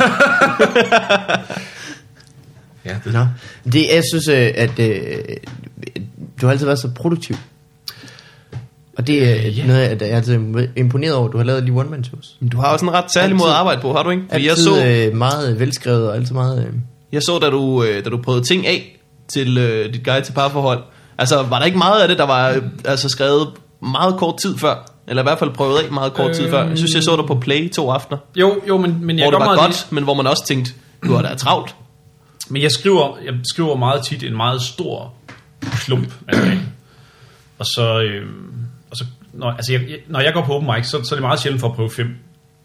Ja, det,
Nå. Det, jeg synes, øh, at øh, du har altid været så produktiv. Og det er
Øh, ja.
yeah. noget, jeg- jeg er altid imponeret over, du har lavet lige one-man-shows.
Men Du har også en ret særlig
Altid.
måde at arbejde på, har du ikke? Fordi
Altid
jeg så,
øh, meget velskrevet og altid meget... Øh,
jeg så da, du, øh, da du prøvede ting af til øh, dit guide til parforhold, altså var der ikke meget af det, der var øh, altså, skrevet meget kort tid før? Eller i hvert fald prøvet af meget kort øh, tid før. Jeg synes, jeg så dig på Play to aftener,
Jo, jo, men, men jeg
hvor
kan
det var
meget
godt, men hvor man også tænkte, du har da travlt.
lide- Men jeg skriver, jeg skriver meget tit en meget stor klump af ting. Og så, øh, og så når, altså jeg, jeg, når jeg går på open mic, så, så er det meget sjældent for at prøve 5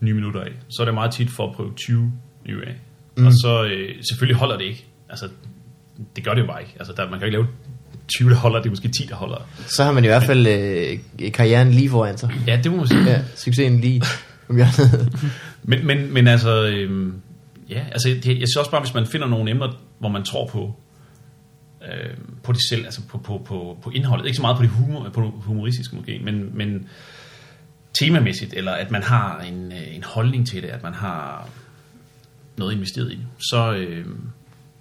nye minutter af. Så er det meget tit for at prøve 20 nye af. Mm. Og så øh, selvfølgelig holder det ikke. Altså, det gør det jo bare ikke. Altså, der, man kan jo ikke lave 20, der holder. Det er måske 10, der holder.
så har man i hvert fald øh, karrieren lige foran sig.
Ja, det må man sige.
Ja, succesen lige om hjørnet.
Men, men, men altså, øhm, ja, altså, det, jeg synes også bare, hvis man finder nogle emner, hvor man tror på, øhm, på det selv, altså på, på, på, på indholdet, ikke så meget på det humor, på det humoristiske måske, men, men temamæssigt, eller at man har en, øh, en holdning til det, at man har noget investeret i, så, øhm,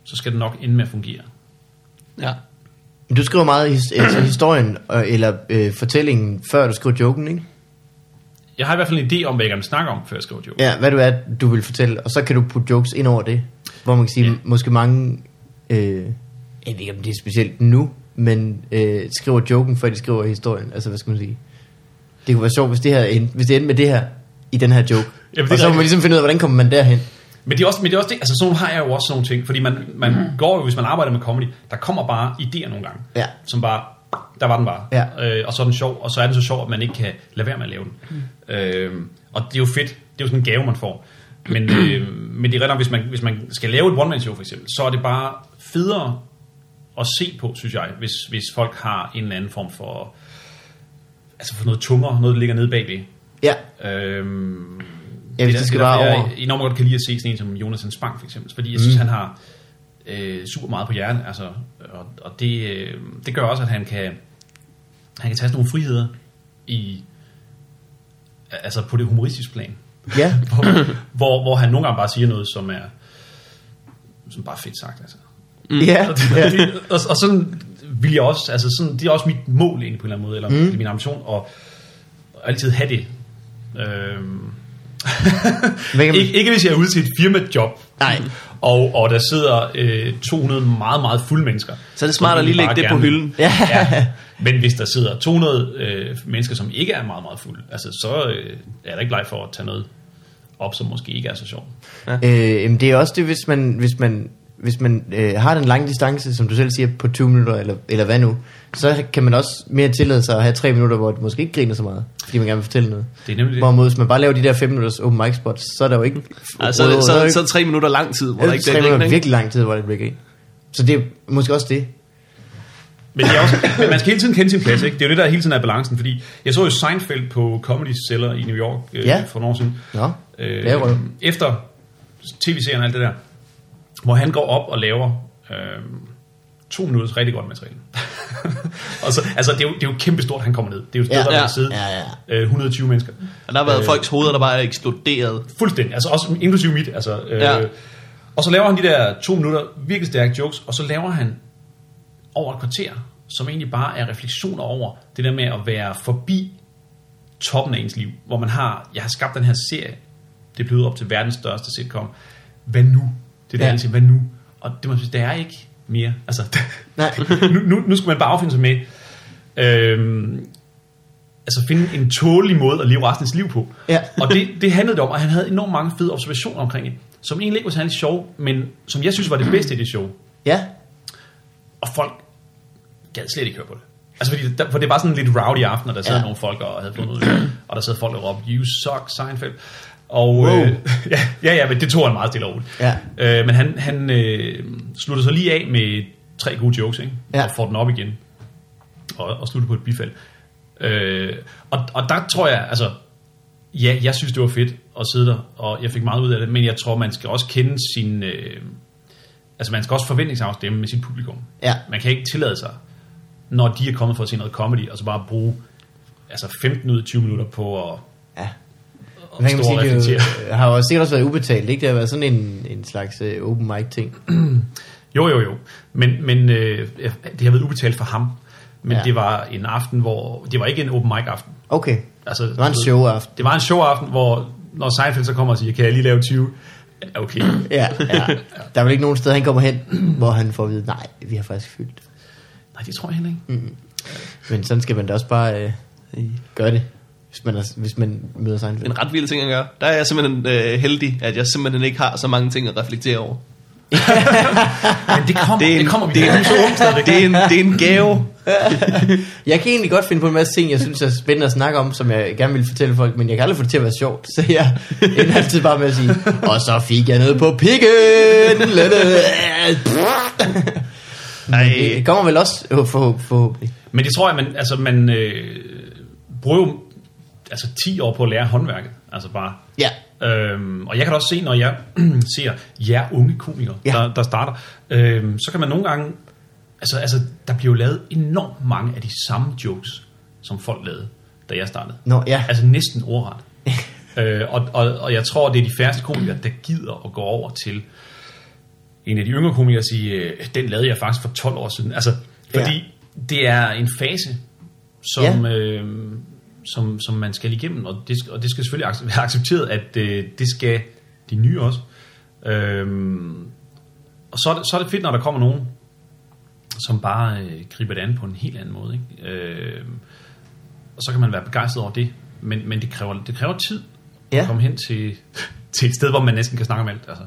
så skal det nok ende med at fungere.
Ja.
Du skriver meget his, altså historien, og, eller øh, fortællingen, før du skriver joken, ikke?
Jeg har i hvert fald en idé om, hvad jeg gerne vil snakke om, før jeg skriver joke.
Ja, hvad du er, du vil fortælle, og så kan du putte jokes ind over det, hvor man kan sige,
Ja.
ja. måske mange, øh, jeg ved ikke om det er specielt nu, men øh, skriver joken, før de skriver historien, altså hvad skal man sige? Det kunne være sjovt, hvis det, her end, hvis det endte med det her, i den her joke.
det er
og så må
rigtigt.
man ligesom finde ud af, hvordan kommer man derhen?
Men det er også, men det er også det, altså sådan nogle har jeg jo også sådan nogle ting, fordi man, man mm. går jo, hvis man arbejder med comedy, der kommer bare idéer nogle gange,
Mhm. Ja.
som bare, der var den bare,
Ja.
øh, og så er den sjov, og så er den så sjov, at man ikke kan lade være med at lave den.
Mhm.
Mm. Øh, og det er jo fedt, det er jo sådan en gave, man får. Men, øh,
(clears throat)
men det er rent hvis man, hvis man skal lave et one-man-show for eksempel, så er det bare federe at se på, synes jeg, hvis, hvis folk har en eller anden form for, altså for noget tungere, noget der ligger nede bagved.
Ja,
Øhm,
Ja, hvis det skal
er derfor,
være
Jeg enormt godt kan lide at se sådan en som Jonas Hans Spang, for eksempel. Fordi jeg synes, mm. han har øh, super meget på hjernen. Altså, og og det, øh, det gør også, at han kan, han kan tage sådan nogle friheder i, altså på det humoristiske plan.
ja,
Hvor, (laughs) hvor, hvor han nogle gange bare siger noget, som er som bare er fedt sagt. Altså.
mm. ja, ja.
Ja. og, og sådan vil jeg også, altså sådan, det er også mit mål egentlig på en eller anden måde, eller mm. min ambition, at, at altid have det.
(laughs)
Øhm.
Hvad kan man-
ikke, ikke hvis jeg er ude til et firmajob,
Nej.
Og, og der sidder øh, 200 meget, meget fulde mennesker.
Så er det
som
smart at lige
bare
lægge det på
gerne-
hylden.
Ja.
(laughs)
Ja. Men hvis der sidder 200 øh, mennesker, som ikke er meget, meget fulde, altså, så øh, er der ikke leg for at tage noget op, som måske ikke er så sjovt.
Øh, jamen det er også det, hvis man, hvis man, hvis man øh, har den lange distance, som du selv siger, på 20 minutter, eller, eller hvad nu, så kan man også mere tillade sig at have 3 minutter, hvor det måske ikke griner så meget, fordi man gerne vil fortælle noget.
Det er nemlig det.
Hvorimod, hvis man bare laver de der 5 minutters open mic spots, så er der jo ikke...
Altså,
der er jo
så, så,
ikke-
så, tre minutter lang tid, hvor
er
der
der
ikke
tre
er
minutter
griner, ikke?
virkelig lang tid, hvor det bliver griner. Så det er måske også det.
Men, det er også, men man skal hele tiden kende sin plads, ikke? Det er jo det, der hele tiden er balancen, fordi jeg så jo Seinfeld på Comedy Cellar i New York øh,
Ja.
ja. for nogle år siden. Øh,
Nå,
Øh,
lærerøv.
efter tv-serien og alt det der, hvor han går op og laver øh, to minutters rigtig godt materiale. (laughs) og så, altså, det er, jo, det er jo kæmpestort, han kommer ned. Det er jo et sted,
Ja,
ja, der
ja,
ja, sidde
ja,
Øh, 120 mennesker.
Og der har været folks hoveder, der bare er eksploderet.
Fuldstændig, altså også inklusive mit. Altså, øh,
Ja.
ja. Og så laver han de der to minutter virkelig stærke jokes, og så laver han over et kvarter, som egentlig bare er refleksioner over det der med at være forbi toppen af ens liv, hvor man har, jeg har skabt den her serie, det blev op til verdens største sitcom. Hvad nu? Det
Ja.
der ja. altid, hvad nu? Og det man synes, der er ikke mere. Altså, (laughs)
Nej.
nu, nu, nu skal man bare affinde sig med, øhm, altså finde en tålig måde at leve resten af sit liv på.
Ja.
(laughs) og det, det handlede det om, at han havde enormt mange fede observationer omkring det, som egentlig ikke var særlig sjov, men som jeg synes var det bedste i det show.
Ja,
Og folk gad slet ikke høre på det. Altså fordi, der, for det var sådan en lidt rowdy aften, og der sad
Ja.
ja. nogle folk og havde fundet ud af
(clears throat)
det, og der sad folk og råbte, you suck, Seinfeld. Og
Wow.
øh, (laughs) ja, ja, ja, men det tog han meget stille og roligt.
Ja.
Øh, men han, han øh, sluttede så lige af med tre gode jokes, ikke?
Ja.
og får den op igen, og, og slutter på et bifald. Øh, og, og der tror jeg, altså, ja, jeg synes, det var fedt at sidde der, og jeg fik meget ud af det, men jeg tror, man skal også kende sin... Øh, altså, man skal også forventningsafstemme med sit publikum.
Ja.
Man kan ikke tillade sig, når de er kommet for at se noget comedy, og så bare bruge altså 15 ud af 20 minutter på at,
ja.
at
Hvad kan man
stå og
sige, det
reflektere.
er jo- har jo sikkert også været ubetalt, ikke? Det har været sådan en, en slags øh, open mic ting.
Jo, jo, jo. Men, men øh, ja, det har været ubetalt for ham. Men
Ja.
ja. det var en aften, hvor... Det var ikke en open mic aften.
Okay,
Altså,
det var en showaften.
Det var en showaften, hvor når Seinfeld så kommer og siger, kan jeg lige lave 20? Okay.
Ja, ja. Der er vel ikke nogen steder, han kommer hen, hvor han får at vide, nej, vi har faktisk fyldt.
Nej, det tror jeg heller ikke.
Men sådan skal man da også bare øh, gøre det, hvis man, er, hvis man møder Seinfeld.
En ret vild ting at gøre. Der er jeg simpelthen øh, heldig, at jeg simpelthen ikke har så mange ting at reflektere over.
Men det kommer,
Det
det,
er en-
det kommer vi
det
det,
er en-
er, så ung stadigvæk.
Det er en, det er en gave.
Jeg kan egentlig godt finde på en masse ting, jeg synes er spændende at snakke om, som jeg gerne vil fortælle folk, men jeg kan aldrig få det til at være sjovt, så jeg ender altid bare med at sige, og så fik jeg noget på pikken! Men det kommer vel også øh, forhå- forhåbentlig.
Men det tror jeg, man, altså, man øh, bruger jo altså, 10 år på at lære håndværket. Altså bare.
Ja,
Øhm, og jeg kan da også se, når jeg (clears throat) ser jer unge komikere,
Ja.
ja. der, der starter, øhm, så kan man nogle gange... Altså, altså, der bliver jo lavet enormt mange af de samme jokes, som folk lavede, da jeg startede.
Nå, ja.
Altså næsten (laughs) ordret. øh, og, og, og jeg tror, det er de færreste komikere, der gider at gå over til en af de yngre komikere og sige, øh, den lavede jeg faktisk for 12 år siden. Altså, fordi ja. det er en fase, som, ja. øh, som, som man skal igennem, og det, skal- og det skal selvfølgelig ac- (laughs) være accepteret, at øh, det skal de nye også. Øh, og så er, det, så er det fedt, når der kommer nogen, som bare øh, griber det an på en helt anden måde. Ikke? Øh, og så kan man være begejstret over det, men, men det, kræver, det kræver tid ja.
Ja.
at komme hen til, (laughs) til et sted, hvor man næsten kan snakke om alt. Altså.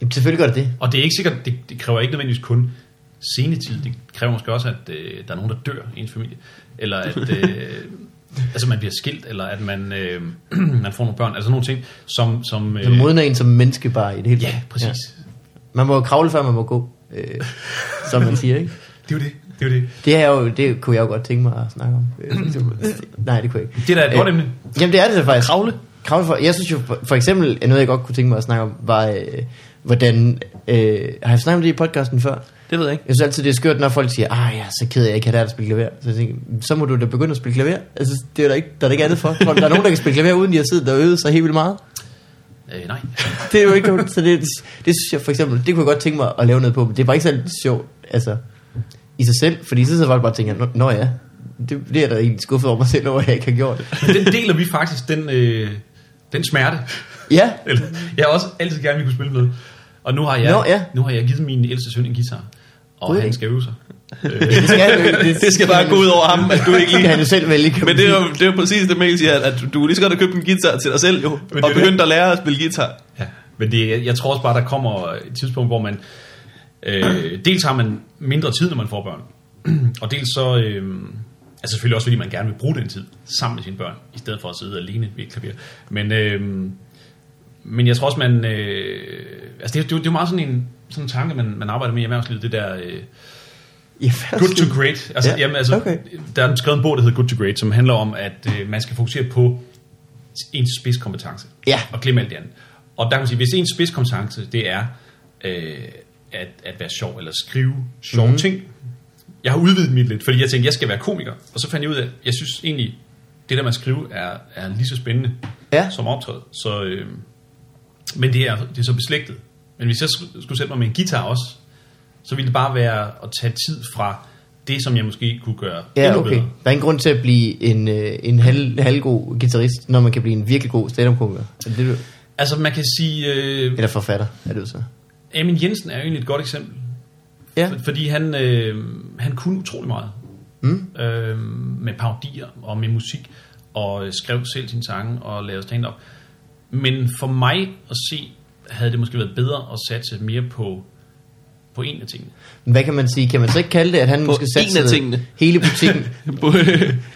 Jamen, selvfølgelig gør det det.
Og det er ikke sikkert, det, det kræver ikke nødvendigvis kun senetid. Det kræver måske også, at øh, der er nogen, der dør i ens familie. Eller at øh, altså man bliver skilt, eller at man, øh, (clears throat) man får nogle børn. Altså nogle ting, som... som øh,
Så modner Altså, en som menneske bare i det hele
ja,
taget.
præcis.
Ja. Man må jo kravle, før man må gå, øh, som man siger, ikke?
Det er jo det. Det er jo det.
Det, er jo, det kunne jeg jo godt tænke mig at snakke om. øh, for eksempel. Nej, det kunne jeg ikke.
Det er da et godt
Øh,
emne.
Jamen, det er det da faktisk. Kravle? Kravle for, jeg synes jo, for, for eksempel, noget jeg godt kunne tænke mig at snakke om, var, øh, hvordan... Øh, har jeg snakket om det i podcasten før?
Det ved jeg ikke.
Jeg synes altid, det er skørt, når folk siger, ah, jeg er så ked af, at jeg ikke har lært at spille klaver. Så jeg tænker, så må du da begynde at spille klaver. Altså, det er der ikke, der er der ikke andet for. Tror du, Der er nogen, der kan spille klaver, uden de har siddet der og øvet sig helt vildt meget.
Øh, nej. (laughs)
Det er jo ikke nogen, så det, det synes jeg for eksempel, det kunne jeg godt tænke mig at lave noget på, men det er bare ikke så sjovt, altså, i sig selv, fordi så sidder folk bare og tænker, "Nå- nå ja, det bliver jeg da egentlig skuffet over mig selv, over at jeg ikke har gjort.
Men den deler vi faktisk, den, øh, den smerte.
Ja,
Eller, jeg har også altid gerne ville kunne spille med. Og nu har jeg,
Nå, ja.
nu har jeg givet min ældste søn en guitar. Og
God idé.
han skal øve sig.
det skal, han jo-
(laughs) Det skal bare gå ud over ham, at du ikke
Det kan
lige...
han jo selv vælge, kan
Men
man
det er
sige.
jo, det er jo præcis det, Mikkel siger, at du- du er lige så godt at købe en guitar til dig selv, jo.
det
Og
er
begyndte at lære at spille guitar.
Ja. Men det, jeg- jeg tror også bare, der kommer et tidspunkt, hvor man... Øh, dels har man mindre tid, når man får børn. Og dels så... Øh, altså selvfølgelig også, fordi man gerne vil bruge den tid sammen med sine børn, i stedet for at sidde alene ved et klaver. Men, øh, men jeg tror også, man... Øh, altså det, er- det, er jo- det er jo meget sådan en, sådan en tanke, man, man arbejder med i erhvervslivet, det der... Øh,
Ja, først-
Good to Great. Altså,
Ja,
ja. jamen, altså,
okay.
okay. Der er skrevet en bog, der hedder Good to Great, som handler om, at øh, man skal fokusere på ens spidskompetence.
Ja.
Og glemme alt det andet. Og der kan man sige, hvis ens spidskompetence, det er øh, at, at være sjov, eller skrive sjove mm. ting. Jeg har udvidet mit lidt, fordi jeg tænkte, jeg skal være komiker. Og så fandt jeg ud af, at jeg synes egentlig, det der med at skrive, er, er lige så spændende
Ja.
som optræde. Så, øh, men det er, det er så beslægtet. Men hvis jeg sk- skulle sætte mig med en guitar også, så ville det bare være at tage tid fra det, som jeg måske kunne gøre
Ja,
endnu
okay.
bedre.
Der er ingen grund til at blive en, øh, en halv, halvgod guitarist, når man kan blive en virkelig god stand-up-komiker. Er det det, du-
Altså man kan sige, øh,
Eller forfatter, er det jo så.
Amin Jensen er jo egentlig et godt eksempel,
Ja.
for- fordi han, øh, han kunne utrolig meget
Mm.
øh, med parodier og med musik, og øh, skrev selv sine sange og lavede stand-up. Men for mig at se, havde det måske været bedre at satse mere på, på en af tingene.
Men hvad kan man sige? Kan man så ikke kalde det, at han
På
måske
en af
satte
tingene.
hele butikken?
Altså,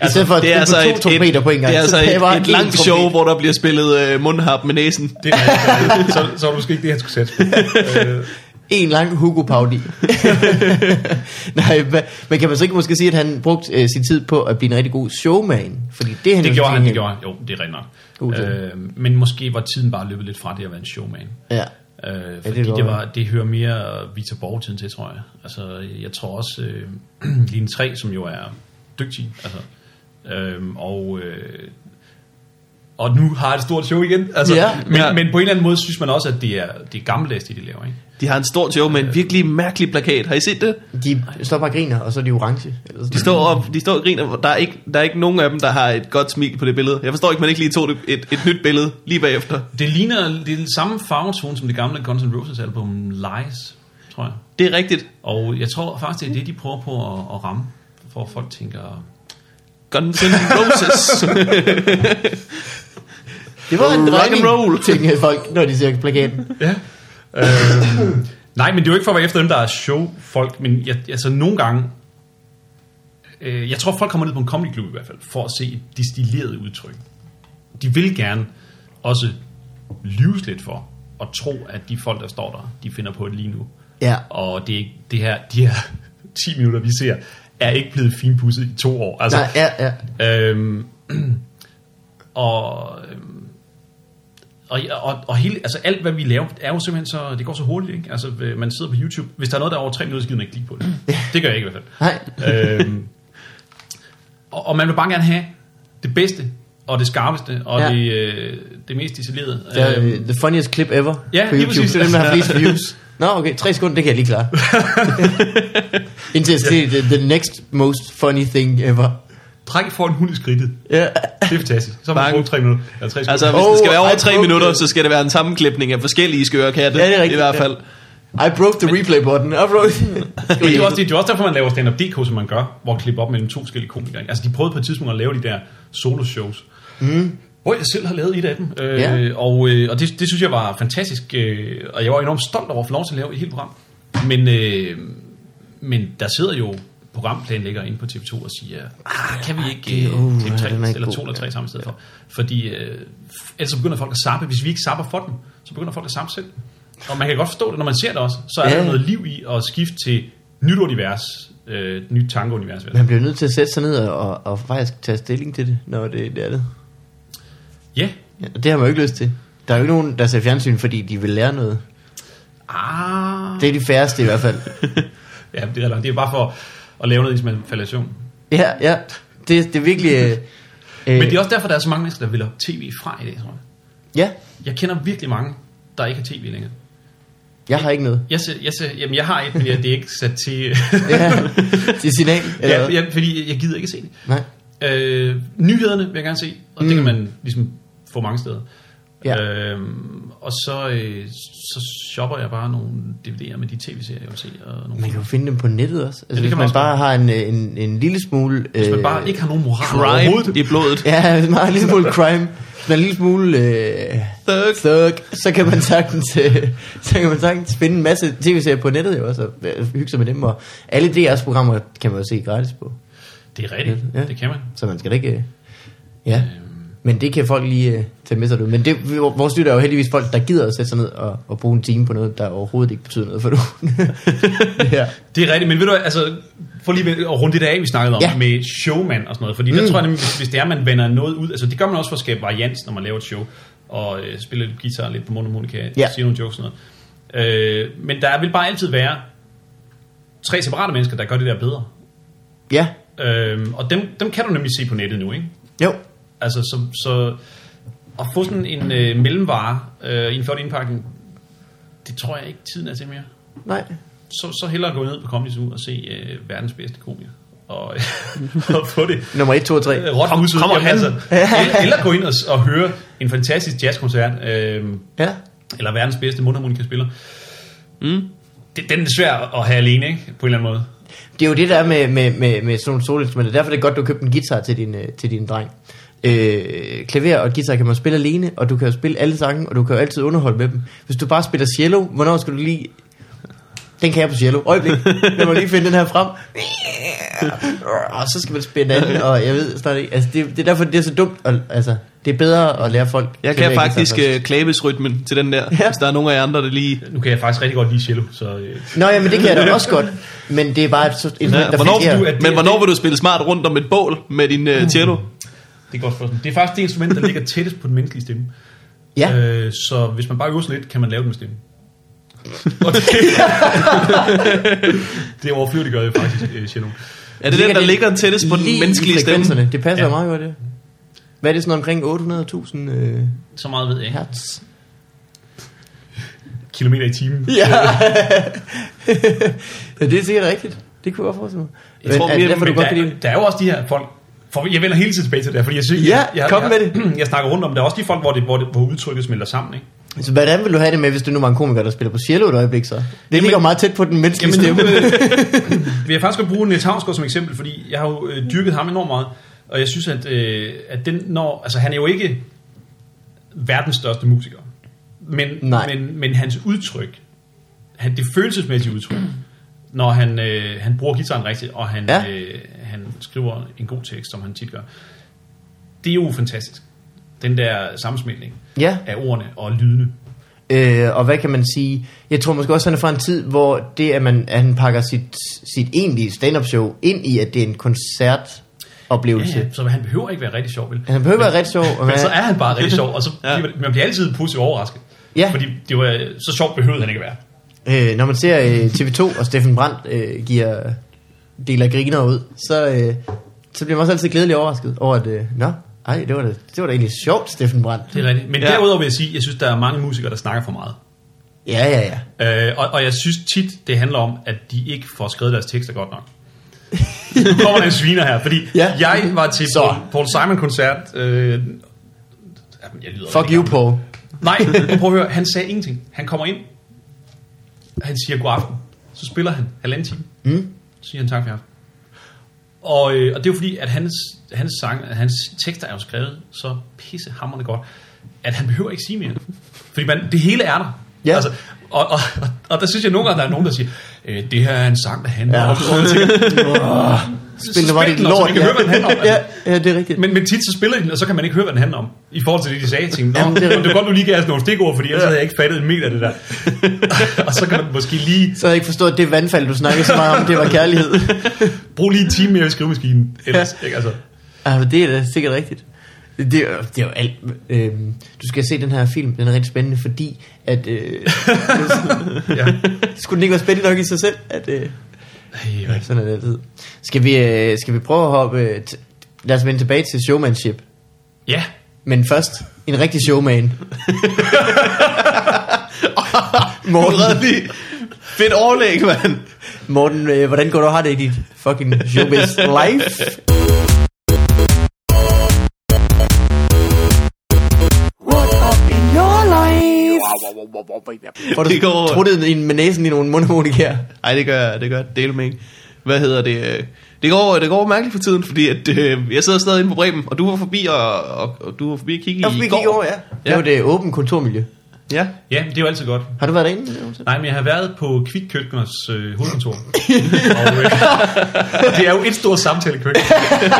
I stedet for at spille på to trompeter på en gang,
det er
så
altså
tager jeg bare
et, et
en
langt
trompet.
show, hvor der bliver spillet øh, mundharp med næsen.
Det er, så, så var det måske ikke det, han skulle sætte (laughs)
En lang Hugo Pauli. Nej, hva- men kan man så ikke måske sige, at han brugte øh, sin tid på at blive en rigtig god showman? Fordi det, er han
Det
jo
gjorde han,
sådan
det
en-
gjorde han. Jo, det er rigtigt nok.
God idé.
Øh, men måske var tiden bare løbet lidt fra det at være en showman.
Ja.
Øh,
det
fordi
kan
det,
godt
var, det hører mere Victor Borg-tiden til, tror jeg. Altså, jeg tror også, øh, (clears throat) Line 3, som jo er dygtig, altså, øh, og, øh, øhm, og nu har jeg et stort show igen. Altså,
Ja.
men,
Ja.
men på en eller anden måde synes man også, at det er, det er gammeldags, det de laver. Ikke?
De har en stor show med en virkelig mærkelig plakat. Har I set det?
De står bare og griner, og så er de orange. Eller sådan.
De står op, de står og griner. hvor Der er, ikke, der er ikke nogen af dem, der har et godt smil på det billede. Jeg forstår ikke, man ikke lige tog det, et, et nyt billede lige bagefter.
Det ligner det er den samme farvetone som det gamle Guns N' Roses album Lies, tror jeg.
Det er rigtigt.
Og jeg tror faktisk, det er det, de prøver på at, at ramme, for at folk tænker...
Guns N' Roses.
Det var en
Rock and
drejning,
roll.
tænker folk, når de ser plakaten.
Ja. Øh, nej, men det er jo ikke for at være efter dem, der er showfolk, men jeg, altså nogle gange... Øh, jeg tror, folk kommer ned på en comedy club i hvert fald, for at se et distilleret udtryk. De vil gerne også lyves lidt for, og tro, at de folk, der står der, de finder på det lige nu.
Ja.
Og det, er ikke- det her, de her (laughs) 10 minutter, vi ser, er ikke blevet finpudset i to år. Altså,
Nej, ja, ja.
Øhm, og, øhm, og, og, og hele, altså alt, hvad vi laver, er jo simpelthen så, det går så hurtigt, ikke? Altså, øh, man sidder på YouTube. Hvis der er noget, der er over tre minutter, så gider man ikke klikke på det. Det gør jeg ikke i hvert
Nej.
fald. øhm, og, og man vil bare gerne have det bedste, og det skarpeste, og
Ja.
ja. det, øh, det mest Øhm, decideret.
Det er øh, the funniest clip ever
Ja,
på
lige
YouTube.
præcis.
Det er dem, der har flest views. Nå, okay, tre sekunder, det kan jeg lige
(laughs)
klare. Indtil jeg ser the, the next most funny thing ever.
træk for en hund i skridtet.
Ja.
Det er fantastisk. Så har man
Bang.
brugt tre minutter. Eller tre
altså,
sekunder.
hvis det skal være
Oh,
over
I
tre
broke
minutter,
it.
så skal det være en sammenklipning af forskellige skøre katte.
Ja, det er rigtigt,
I hvert
ja.
fald.
I broke the replay button. I
(laughs)
broke
Men det er jo også, det er jo også derfor, man laver stand-up DK, som man gør, hvor klipper op mellem to forskellige komikere. ikke? Altså, de prøvede på et tidspunkt at lave de der solo-shows, hvor jeg selv har lavet et af dem. Øh,
Mm. Ja.
Og, øh, og det, det synes jeg var fantastisk, øh, og jeg var enormt stolt over at få lov til at lave et helt program. Men, øh, men der sidder jo programplanlæggere inde på TV2 og siger, ah, kan vi ikke øh,
uh,
klippe tre,
den er ikke
eller to
god."
eller tre sammen i stedet for? Fordi øh, f- ellers så begynder folk at sappe. Hvis vi ikke sapper for dem, så begynder folk at sappe selv. Og man kan godt forstå det, når man ser det også. Så er
Ja.
der noget liv i at skifte til nyt univers, øh, nyt tankeunivers. vel?
Man bliver nødt til at sætte sig ned og, og, og faktisk tage stilling til det, når det, det er det.
Ja.
Ja, og det har man jo ikke lyst til. Der er jo ikke nogen, der ser fjernsyn, fordi de vil lære noget.
Ah.
Det er de færreste i hvert fald.
Ja, det er, langt. det er bare for at lave noget i sin manipulation.
Ja, ja. Det, det er virkelig... Øh, øh,
Men det er også derfor, der er så mange mennesker, der vil have tv fra i dag, tror jeg.
Ja,
Jeg kender virkelig mange, der ikke har tv længere.
jeg har ikke noget.
Jeg, ser, jeg, ser, jamen, jeg har et, men jeg, det er ikke sat til...
Ja, det er signal. Eller
(laughs) ja,
hvad?
jeg, fordi jeg gider ikke se det.
Nej.
Øh, nyhederne vil jeg gerne se, og mm. det kan man ligesom få mange steder.
Ja.
Øhm, og så, øh, så shopper jeg bare nogle DVD'er med de tv-serier, jeg vil se. Og nogle
Man kan jo finde dem på nettet også. Altså, ja,
det
hvis man,
kan man også
bare har en, øh, en, en lille smule... øh,
Hvis man bare ikke har nogen moral
Crime
overhovedet.
i blodet.
Ja, hvis man har en lille smule crime, hvis man er en lille smule øh,
Thug.
thug, så kan man sagtens, øh, så kan man sagtens finde en masse tv-serier på nettet jo også, og øh, hygge sig med dem, og alle DR's programmer kan man jo se gratis på.
Det er rigtigt,
Ja.
ja. det kan man. Øhm,
Så man skal da ikke... Øh, ja. Men det kan folk lige øh, tage med sig nu. Men det, vores lytter er jo heldigvis folk, der gider at sætte sig ned og, og bruge en time på noget, der overhovedet ikke betyder noget for nu.
(laughs)
ja.
Det er rigtigt, men ved du hvad, altså, for lige ved- at runde det af, vi snakkede om,
Ja.
ja. med showman og sådan noget, fordi mm. der tror jeg nemlig, hvis, hvis det er, man vender noget ud, altså det gør man også for at skabe varians, når man laver et show, og øh, spiller lidt guitar, lidt på monomonika,
Ja.
ja. siger nogle jokes og sådan noget. Øh, men der vil bare altid være tre separate mennesker, der gør det der bedre.
ja,
Øh, og dem, dem kan du nemlig se på nettet nu, ikke?
jo.
Altså, så, så at få sådan en øh, mellemvare øh, i en flot indpakning, det tror jeg ikke, tiden er til mere
Nej.
så, så hellere gå ned på Comedy Zoo og se øh, verdens bedste komiker. Og, (laughs) og få det
Nummer 1, 2 og 3.
øh, råt Kom,
kommer han?
altså. eller, eller gå ind og, s- og høre en fantastisk jazzkoncert, øh,
Ja.
eller verdens bedste mundharmonikaspiller. Mm. Det, den er svær at have alene, ikke? på en eller anden måde.
Det er jo det der er med, med, med, med sådan nogle solinstrumenter. Derfor er det godt, du købte en guitar til din, øh, til din dreng. Øh, klaver og guitar kan man spille alene, og du kan jo spille alle sange, og du kan jo altid underholde med dem. Hvis du bare spiller cello, hvornår skal du lige... Den kan jeg på cello. Øjeblik. Lad mig lige finde den her frem. Og så skal man spille den anden, og jeg ved snart ikke. Altså, det, det er derfor, det er så dumt. Og, altså, det er bedre at lære folk...
Jeg
klaver
kan
og guitar
faktisk
først.
øh, klæbesrytmen til den der, ja. hvis der er nogen af jer andre, der lige...
Nu kan jeg faktisk rigtig godt lide cello, så... Øh,
Nå ja, men det kan jeg da også godt. Men det er bare et så- instrument,
Ja,
der
hvornår,
fungerer.
du,
at det-
men hvornår vil du spille smart rundt om et bål med din øh, cello?
Det er godt spørgsmål. Det er faktisk det instrument, der ligger tættest på den menneskelige stemme.
Ja.
Øh, så hvis man bare øver sig lidt, kan man lave det med stemme. Og
(laughs)
det, (laughs) det overflødigt gør det faktisk, øh, cello.
Er det den, der ligger tættest på den
Lige i
menneskelige stemme?
frekvenserne. Det passer ja.
Ja.
meget godt, det. Hvad er det sådan omkring 800.000 øh,
Så meget ved jeg ikke.
hertz?
Kilometer i timen.
Ja. (laughs) ja, det er sikkert rigtigt. Det kunne jeg godt forestille mig.
Jeg tror,
er det
mere-
derfor, du
Men
godt kan
der,
lide
der er jo også de her folk, for jeg vender hele tiden tilbage til det her, fordi jeg synes,
Ja,
jeg,
kom
jeg,
med
det. (clears throat) Jeg snakker rundt om, det. der er også de folk, hvor, det, hvor, det, hvor udtrykket smelter sammen, ikke?
den? Så hvordan vil du have det med, hvis du nu var en komiker, der spiller på cello et øjeblik så? Det jamen, ligger jo meget tæt på den menneskelige
Jamen,
stemme.
(laughs) nu, øh, vil jeg faktisk godt bruge Niels Havnsgaard som eksempel, fordi jeg har jo øh, dyrket ham enormt meget, og jeg synes, at, øh, at den når, altså, han er jo ikke verdens største musiker, men,
Nej.
men, men hans udtryk, han, det følelsesmæssige udtryk, når han, øh, han bruger gitaren rigtigt, og han,
Ja.
ja. øh, han skriver en god tekst, som han tit gør, det er jo fantastisk. Den der sammensmeltning
Ja.
af ordene og lydene.
Øh, og hvad kan man sige? Jeg tror måske også, han er fra en tid, hvor det, at, man, at han pakker sit, sit egentlige stand-up show ind i, at det er en koncertoplevelse.
Ja, så han behøver ikke være rigtig sjov, vel?
Han behøver ikke være rigtig sjov, og
(laughs) men
man-
så er han
(laughs)
bare rigtig sjov, og så
Ja.
ja. man bliver altid positivt overrasket.
Ja.
Fordi det var, så sjovt behøvede han ikke at være.
Øh, når man ser øh, TV2 og Steffen Brandt øh, giver, deler griner ud, så, øh, så bliver man også altid glædelig overrasket over, at øh, nå, ej, det var, da, det var da egentlig sjovt, Steffen Brandt.
Det er rigtigt. Men
Ja.
ja. derudover vil jeg sige, at jeg synes, der er mange musikere, der snakker for meget.
Ja, ja, ja.
Øh, og, og jeg synes tit, det handler om, at de ikke får skrevet deres tekster godt
(laughs)
nok. nu kommer der en sviner her, fordi
Ja.
ja. jeg var til
Så.
Paul- Paul Simon-koncert. Øh, jamen, jeg lyder
Fuck
rigtig
you,
gammel.
Paul.
Nej, men prøv at høre, han sagde ingenting. Han kommer ind, han siger god aften, så spiller han halvanden time.
Mm.
Så siger han tak for i aften. Og, øh, og det er jo fordi, at hans, hans, sang, hans tekster er jo skrevet så pissehammerende godt, at han behøver ikke sige mere. Fordi man, det hele er der. Altså,
Ja.
og, og, og, og der synes jeg nogle gange, der er nogen, der siger, øh, det her er en sang, der handler
Ja.
ja. om... Og jeg tænker, "Åh, så
Spil, det var
spil
det
den, og så
lort.
man kan høre, hvad den handler om. Altså.
ja, ja, det er rigtigt.
Men, men tit så spiller de den, og så kan man ikke høre, hvad den handler om. I forhold til det, de sagde. Jeg tænkte, Nå,
Jamen, det er
det, det
rigtigt.
var godt, du lige gav os nogle stikord, fordi ellers havde jeg ikke fattet en meter af det
(laughs)
der. og så kan man måske lige
Så havde jeg ikke forstået, at det vandfald, du snakkede så meget om, det var kærlighed.
bruge lige en time mere i skrivemaskinen. Ellers, ja. ikke? Altså,
Ja, Ah, men det er da sikkert rigtigt. Det er, jo- det er jo alt. Øhm, du skal se den her film, den er rigtig spændende, fordi at... Øh,
ja.
skulle den ikke være spændende nok i sig selv? At, øh,
Ej,
sådan er det altid. Skal vi, øh, skal vi prøve at hoppe... øh, T- lad os vende tilbage til showmanship.
ja.
Men først, en rigtig showman. Morten,
Uredelig. Fedt overlæg, mand.
Morten øh, hvordan går du og har det i dit fucking showbiz life?
What up in your life?
Får du
Det går-
truttet ind med næsen i nogle mundharmonikaer?
Ej, det gør jeg, det gør jeg. Dele med ikke. Hvad hedder det? øh, Det går, det går mærkeligt for tiden, fordi at, øh, jeg sidder stadig inde på Bremen, og du var forbi og, og, og du var forbi at kigge
Jeg fik
i går.
ikke over, ja. Det
Ja.
var det åbent kontormiljø.
Ja,
ja, det er jo altid godt.
Har du været derinde? nogensinde?
Nej, men jeg har været på Kvikkøkkeners øh,
(laughs)
hovedkontor. og, øh, det er jo et stort samtalekøkken.
Det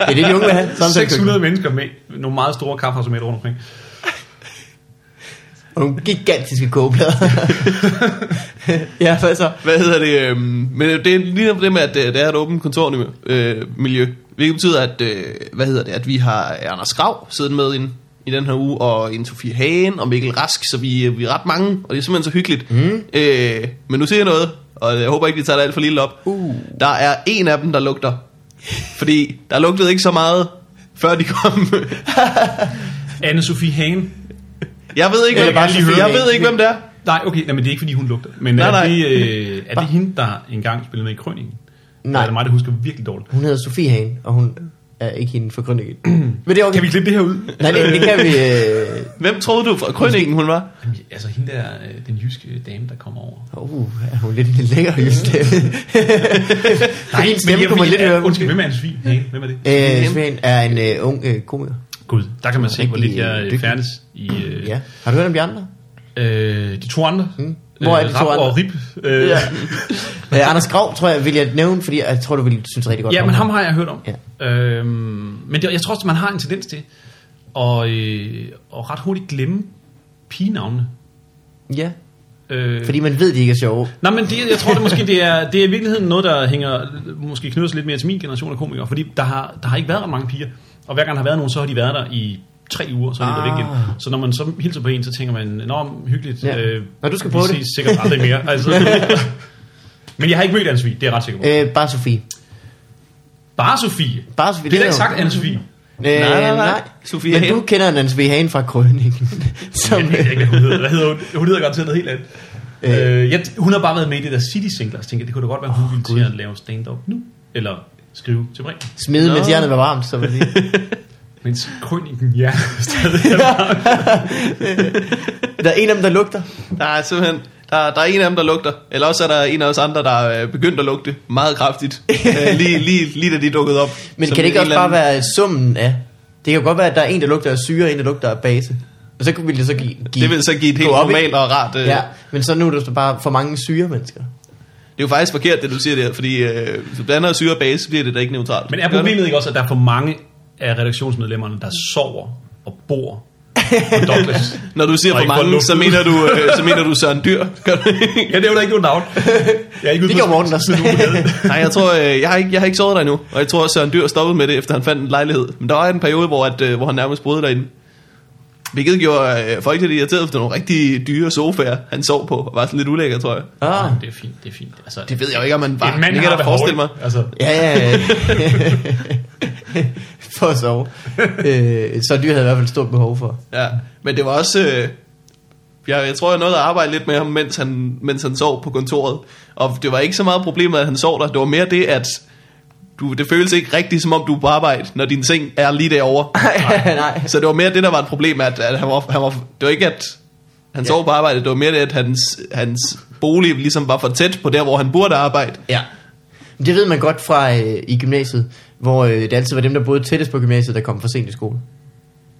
er det, de unge vil have. Samtidig
600 mennesker med nogle meget store kaffehauser med rundt omkring.
Og nogle gigantiske
(laughs)
kogeplader. ja, hvad så?
hvad hedder det? Øh, men det er lige om det med, at øh, det er et åbent kontormiljø, øh, miljø, hvilket betyder, at, øh, hvad hedder det, at vi har Anders Grav siddet med ind i den her uge, og en Sofie Hagen og Mikkel Rask, så vi, øh, vi er ret mange, og det er simpelthen så hyggeligt. Mm. Øh, men nu siger jeg noget, og jeg håber ikke, vi tager det alt for lille op.
Uh.
Der er en af dem, der lugter. Fordi der lugtede ikke så meget, før de kom. (laughs)
Anne-Sophie Hagen.
Jeg ved ikke,
Eller
hvem,
bare
jeg,
lige høre.
ved ikke, hvem det er.
Nej, okay, nej, men det er ikke, fordi hun lugter. Men
Nej,
er,
nej.
Det, øh, er det hende, der engang spillede med i Krøningen?
Nej.
Er det mig, der husker virkelig dårligt?
Hun hedder Sofie Hagen, og hun er ikke hende for
(clears throat)
Grønningen. Men det er okay.
Kan vi klippe det her ud?
Nej, det, det kan vi... Øh...
Hvem troede du fra krønningen, hun var?
Jamen, altså hende der, øh, den jyske dame, der kommer over.
Uh, er hun lidt en lækker hylstemme? Nej, Min stemme kunne man lidt høre.
Undskyld, hvem er en svin? Hey, hvem er det?
Øh, Svend er en øh, ung øh, komiker.
Gud, der kan man se, hvor
Rigtig,
lidt jeg
øh,
øh,
dygtig.
færdes i øh,
Ja. Har du hørt om de andre?
øh, de to andre. Mm.
Hvor er de to andre?
Og Rip.
Ja.
Øh, ja.
Øh, Anders Grav, tror jeg, vil jeg nævne, fordi jeg tror, du ville synes rigtig godt
ja,
om
men ham har jeg hørt om.
Ja.
Øhm, men det, jeg tror også, man har en tendens til at, øh, at ret hurtigt glemme pigenavnene.
Ja,
Øh,
fordi man ved, de ikke er sjove.
Nej, men det, jeg tror det måske, det er, det er i virkeligheden noget, der hænger, måske knytter sig lidt mere til min generation af komikere, fordi der har, der har ikke været ret mange piger, og hver gang der har været nogen, så har de været der i tre uger, så er de ah. væk igen. Så når man så hilser på en, så tænker man, nå, men hyggeligt, øh,
Ja. Nå, du skal
vi
prøve
ses
det.
sikkert aldrig mere. Altså,
(laughs)
men jeg har ikke mødt Anne-Sophie, det er jeg ret sikker på.
Øh, bare Sofie.
Bare Sofie.
Bare Sofie.
Det er da
jo-
ikke sagt Anne-Sophie.
Øh, nej, nej, nej.
Sofie
Men
Hale.
du kender Nancy Hane fra
(laughs)
Krøningen. Som,
Jeg ved ikke, hvad hun hedder. Hvad hedder hun? Hun hedder garanteret noget helt andet.
Øh.
Øh, jeg, hun har bare været med i det der City Singler, så tænker jeg, det kunne da godt være, hun oh, ville til at lave stand-up nu. Eller skrive til mig.
smide,
Nå.
mens jernet var varmt, så var det.
(laughs) Mens krønningen, ja, (laughs) stadig er varm.
(laughs) Der er en af dem, der lugter.
Der er simpelthen, der, der er en af dem, der lugter. Eller også er der en af os andre, der er øh, begyndt at lugte meget
(laughs)
kraftigt. øh, lige, lige, lige da de dukkede op.
Men
Som
kan det ikke
en
også
eller
bare
anden-
være summen af... Det kan jo godt være, at der er en, der lugter af syre, og en, der lugter af base. Og så ville det så give... give
Det vil så give et helt
gå op i-
normalt og rart... Øh,
Ja, men så nu er der så bare for mange syre mennesker.
Det er jo faktisk forkert, det du siger der, fordi øh, hvis du blander syre og base, så bliver det da ikke neutralt.
Men er problemet ikke også, at der er for mange af redaktionsmedlemmerne, der sover og bor
(laughs)
på Douglas?
Når du siger
Og
for
ikke får
mange,
luft
så
ud.
mener du, øh, så mener du Søren Dyr. Gør du ikke?
Jeg nævner ikke nogen navn. Jeg er ikke ude
Det
på-
gjorde Morten også.
(laughs) Nej, jeg tror, øh, jeg, har ikke, jeg har ikke sovet der endnu, og jeg tror, at Søren Dyr stoppede med det, efter han fandt en lejlighed. Men der var en periode, hvor, at, øh, hvor han nærmest boede derinde. Hvilket gjorde øh, folk lidt irriteret, for det var nogle rigtig dyre sofaer, han sov på, og var sådan lidt ulækker, tror jeg.
ah,
Det er fint, det er fint. Altså,
Det ved jeg jo ikke, om han var.
en mand
det kan
har
jeg da
behov,
forestille mig.
ikke? Altså,
ja,
(laughs)
ja. for at sove. Øh, så dyr havde jeg i hvert fald stort behov for.
Ja, men det var også... Øh, jeg, jeg tror, jeg nåede at arbejde lidt med ham, mens han, mens han sov på kontoret. Og det var ikke så meget problemet, at han sov der. Det var mere det, at du, det føles ikke rigtigt, som om du er på arbejde, når din seng er lige derovre.
(laughs) Nej.
Så det var mere det, der var et problem, at, at han, var, han var, det var ikke, at han sov på arbejde, det var mere det, at hans, hans bolig ligesom var for tæt på der, hvor han burde arbejde.
Ja. Men Det ved man godt fra øh, i gymnasiet, hvor øh, det altid var dem, der boede tættest på gymnasiet, der kom for sent i skole.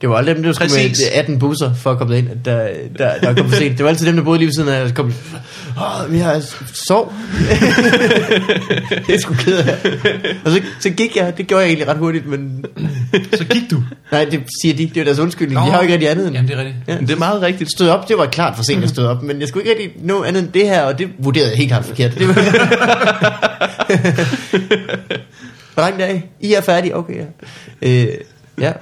Det var aldrig dem, der skulle
Præcis.
med øh, 18 busser for at komme ind, der, der, der kom for sent. Det var altid dem, der boede lige ved siden af, der kom, åh, vi har sov. (laughs) det er sgu ked af. Og så, så gik jeg, det gjorde jeg egentlig ret hurtigt, men
så gik du.
nej, det siger de, det er jo deres undskyldning. De har jo ikke rigtig andet end.
Jamen, det er rigtigt.
Ja.
Men det er meget rigtigt.
Stod op, det var klart for sent, jeg stod op, men jeg skulle ikke rigtig nå andet end det her, og det vurderede jeg helt klart forkert. Det var... (laughs) Hvor langt dag? I er færdige? Okay, ja. Øh, ja.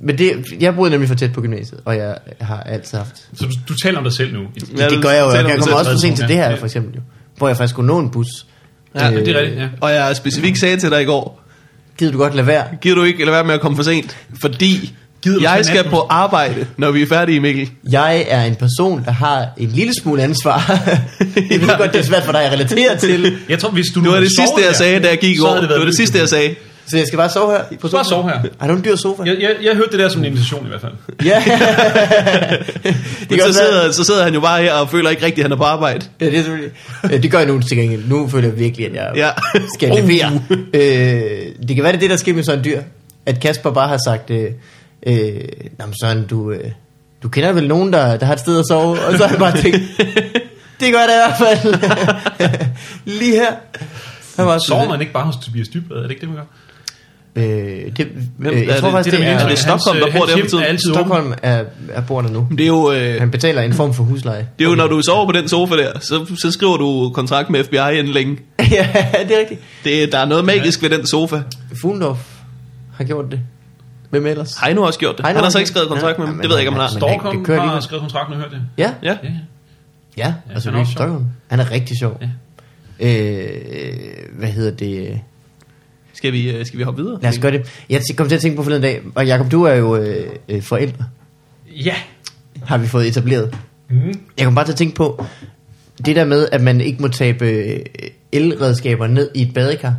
Men det, jeg boede nemlig for tæt på gymnasiet, og jeg har altid haft.
Så du- du taler om dig selv nu.
Ja, det, det gør jeg jo.
selvom
Jeg
du
kommer
selv
også for
træder
sent til
på,
det her,
ja.
for eksempel. Jo, hvor jeg faktisk skulle nå en bus. Øh,
Ja,
det er rigtigt, ja.
Og jeg specifikt sagde til dig i går,
Gider du godt lade være?
giver du ikke eller være med at komme for sent, fordi
Gider du tage
jeg skal
natten?
på arbejde, når vi er færdige, Mikkel.
Jeg er en person, der har en lille smule ansvar. (laughs) jeg ved godt, det er svært for dig at relatere til.
Jeg tror, hvis du
Det var det sidste, jeg sagde, da jeg gik i går. Det var det sidste, jeg sagde.
Så jeg skal bare sove her. På
Bare sove her.
Har du en dyr sofa?
Jeg, jeg, jeg hørte det der som en invitation i hvert fald.
(laughs)
Ja.
Men
kan
så
også være-
sidder, så sidder han jo bare her og føler ikke rigtigt, at han er på arbejde.
Ja, det er selvfølgelig. Ja, det gør jeg nu til gengæld. Nu føler jeg virkelig, at jeg
Ja. Uh.
ja. skal levere. Øh, det kan være, det er det, der sker med Søren Dyr. At Kasper bare har sagt, øh, øh, "Nå, men Søren, du, øh, du kender vel nogen, der, der har et sted at sove? Og så har jeg bare
(laughs)
tænkt, det gør det i hvert fald. (laughs) Lige her. Han var
Sover man ikke bare hos Tobias Dybvad? Er det ikke det, man gør?
Øh, det,
Hvem
øh, jeg
er
tror
det?
faktisk,
Det
det,
er
det,
da
er,
min
det
indtryk. Stockholm, der bor der for tiden?
hele tiden? Er altid åben.
Stockholm er, er bordet nu.
Det er jo, øh,
Han betaler en form for husleje.
det er jo når du sover på den sofa der, så, så skriver du kontrakt med FBI inden længe.
(laughs) ja, det er rigtigt.
Det, der er noget magisk ved den sofa.
Fuglendorf har gjort det. Hvem ellers?
Heino har også gjort det.
Heino
Han har
har
så
gjort-
ikke skrevet kontrakt
Ja,
med ham.
men
Det ved jeg ikke, om han
han-
har.
Storkom
kører lige
har
med-
skrevet kontrakten og hørt det.
Ja,
Ja.
Ja, ja.
ja,
Ja,
altså
han er
Louis
også sjov.
Stockholm. Han er rigtig sjov.
Ja.
Øh, hvad hedder det?
Skal vi, øh, skal vi hoppe videre?
Lad os gøre det. Jeg t- kom til at tænke på forleden dag, og Jacob, du er jo øh, øh, forældre,
ja.
har vi fået etableret.
Mm.
Jeg kom bare til at tænke på, det der med, at man ikke må tabe øh, elredskaber ned i et badekar,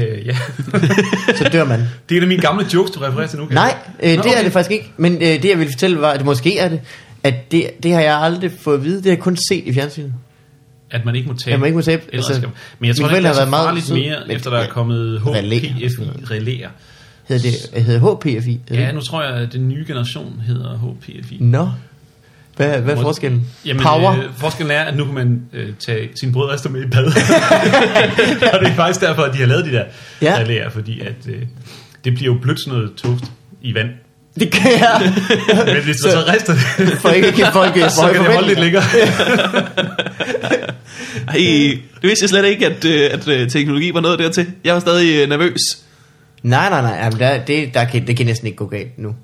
Øh, ja.
så dør man.
(laughs) det er en af mine gamle jokes, du refererer til nu. kan
Nej,
jeg-
øh,
Nå,
det er
okay.
det faktisk ikke. Men øh, det, jeg ville fortælle, var, at måske er det, at det, det har jeg aldrig fået at vide. Det har jeg kun set i fjernsynet.
At man ikke må tabe.
At man ikke må tabe.
Ellers
Altså,
skal man. Men jeg tror,
mine
det
forældre har
er så
været meget
farligt
søde,
mere,
men-
efter der er kommet
Relæer.
HPFI-relæer.
Hedder altså. det øh, hedder HPFI? Hedder
Ja,
det?
nu tror jeg, at den nye generation hedder HPFI.
Nå. Hvad, hvad er forskellen?
Jamen,
Power?
Øh, forskellen er, at nu kan man øh, tage sine brødrester med i
(laughs)
bad. og det er faktisk derfor, at de har lavet de der
Ja.
ja. relæer, fordi at, øh, det bliver jo blødt sådan noget toast i vand.
(laughs) Det kan jeg.
(laughs) Men hvis du så rister det,
(laughs) For ikke kan folk øh,
så kan det holde lidt længere.
Ej, det vidste jeg slet ikke, at, øh, at øh, teknologi var noget dertil. Jeg var stadig øh, nervøs.
Nej, nej, nej. Jamen, der, det, der kan, det kan næsten ikke gå galt nu.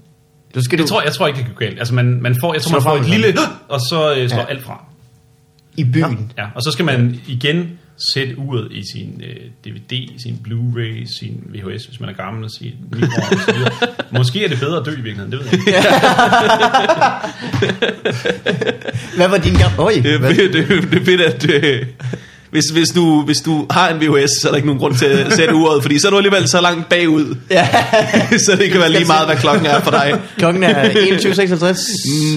Du skal du...
Jeg tror, jeg tror ikke, det kan gå galt. Altså, man, man får, jeg tror, (gasps)
Slå
man får
fra
et
med
lille, og så øh, slår
Ja.
alt fra.
i byen.
Ja, og så skal man igen sætte uret i sin øh, DVD, sin Blu-ray, sin VHS, hvis man er gammel, sin mikroovn og så (laughs) videre. Måske er det bedre at dø i virkeligheden, det ved jeg ikke.
Hvad var din gamle... Øj,
Det er
hvad?
fedt, Øh, (laughs) det, er- det er fedt at... Øh, hvis, hvis, du, hvis du har en VHS, så er der ikke nogen grund til at sætte uret, fordi så er du alligevel så langt bagud,
(laughs)
(laughs)
Ja.
så det kan være lige meget, hvad klokken er for dig.
Klokken
(laughs)
er 21.56.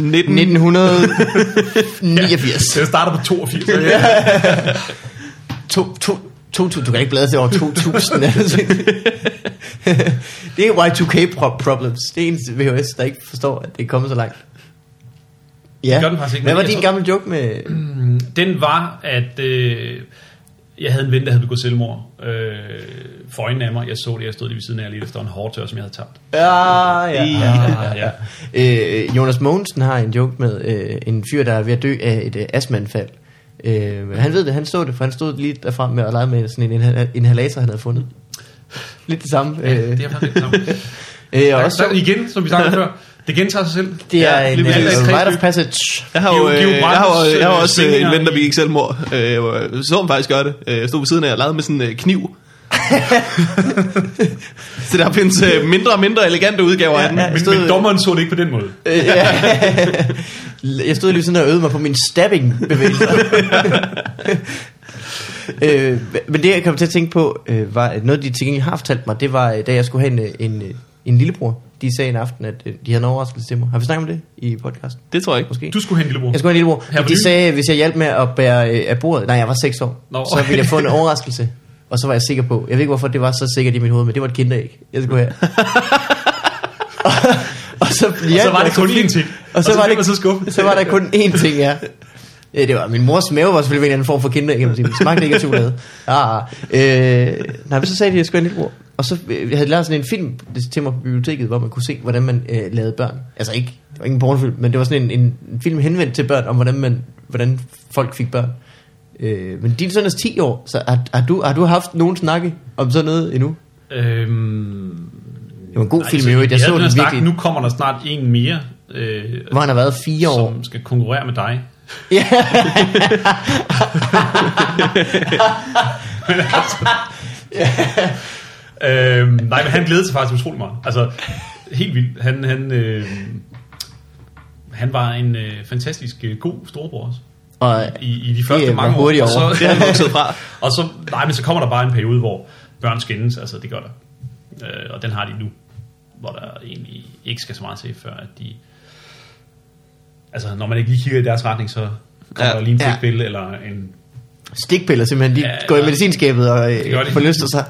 19. (laughs)
1989.
Så jeg starter på 82. (laughs)
(laughs) To, to, 2000, du kan ikke bladre til over 2000. altså. (laughs) det er Y2K pro- problems. Det er eneste VHS, der ikke forstår, at det er kommet så langt. Ja.
Det gør den faktisk ikke,
Hvad
men
var
jeg
din
tror-
gamle joke med...
Den var, at øh, jeg havde en ven, der havde begået selvmord. Øh, for øjnene af mig, jeg så det, jeg stod lige ved siden af jer lige efter en hårdtør, som jeg havde tabt.
Ja, ja, ja,
ja.
ja. (laughs) Øh, Jonas Mogensen har en joke med øh, en fyr, der er ved at dø af et øh, astmaanfald. Øh, han ved det, han så det, for han stod lige derfra med og legede med sådan en inha- inhalator, han havde fundet. Lidt det samme. Øh,
Det er faktisk det samme.
(laughs) øh, og
Og
også,
så igen, som vi snakkede før, det gentager sig selv.
det er
Ja,
en
lige
øh,
præcis.
rite of passage.
Jeg har jo
Giv- giv
øh, jeg har,
Brandes,
jo- jeg har
øh,
også øh, en
svindinger
ven, der
i-
begik selvmord. Øh, jeg var- så ham faktisk gøre det. Øh, Jeg stod ved siden af og legede med sådan en øh,
(laughs)
kniv. så der findes øh, mindre og mindre elegante udgaver af den.
Ja,
Men,
stod-
men dommeren så det ikke på den måde.
Øh, ja. (laughs) jeg stod lige sådan og øvede mig på min stabbing bevægelser. øh, men det jeg kom til at tænke på øh, var at noget de til gengæld har fortalt mig Det var øh, da jeg skulle have en, øh, en, øh, en lillebror De sagde en aften at øh, de havde en overraskelse til mig Har vi snakket om det i podcasten?
Det tror jeg ikke.
Måske?
Du skulle hen, lillebror.
Jeg skulle have en lillebror
Her på
De
Lyn?
sagde at hvis jeg hjalp med at bære øh, af bordet Nej jeg var 6 år
Nå,
Så ville jeg få en
okay.
overraskelse Og så var jeg sikker på Jeg ved ikke hvorfor det var så sikkert i mit hoved Men det var et kinderæg Jeg skulle have og, så,
Og
hjalp
så var
jeg,
det kun
fik-
én ting.
og så, var
blev
det,
man så skuffet.
så var der kun én ting, ja. Ja, Det var, min mors mave var selvfølgelig en anden form for kinderæg, kan man sige. men Det smagte ikke af chokolade. Ah, øh, nej, men så sagde de, at jeg skulle have en lillebror. Og så øh, jeg havde lavet sådan en film til mig på biblioteket, hvor man kunne se, hvordan man øh, lavede børn. Altså ikke, det var ikke en pornofilm, men det var sådan en, en, en film henvendt til børn, om hvordan, man, hvordan folk fik børn. Øh, men din søn er 10 år, så har, har, du, har du haft nogen snakke om sådan noget endnu?
Øhm,
Det var en god
nej,
film i øvrigt, jeg
havde
så den
snak.
virkelig.
Nu kommer der snart en mere, øh,
Hvor han har været 4 år.
som skal konkurrere med dig.
Ja.
Øhm, nej, men han glædede sig faktisk utrolig meget. Altså, helt vildt. Han, han, øh, han var en øh, fantastisk øh, god storebror også.
Og
I, i de første
var
mange år.
hurtigt
Og (laughs)
over.
så,
Det har han vokset fra.
(laughs) og så, nej, men så kommer der bare en periode, hvor børn skændes. Altså, det gør der. Øh, og den har de nu. Hvor der egentlig ikke skal så meget til, før at de... Altså, når man ikke lige kigger i deres retning, så kommer
Ja.
der lige en
Ja.
flikpille, eller en
stikpiller simpelthen. De
Ja,
ja, går i
ja.
medicinskabet og øh,
gør de.
forlyster
(laughs)
sig.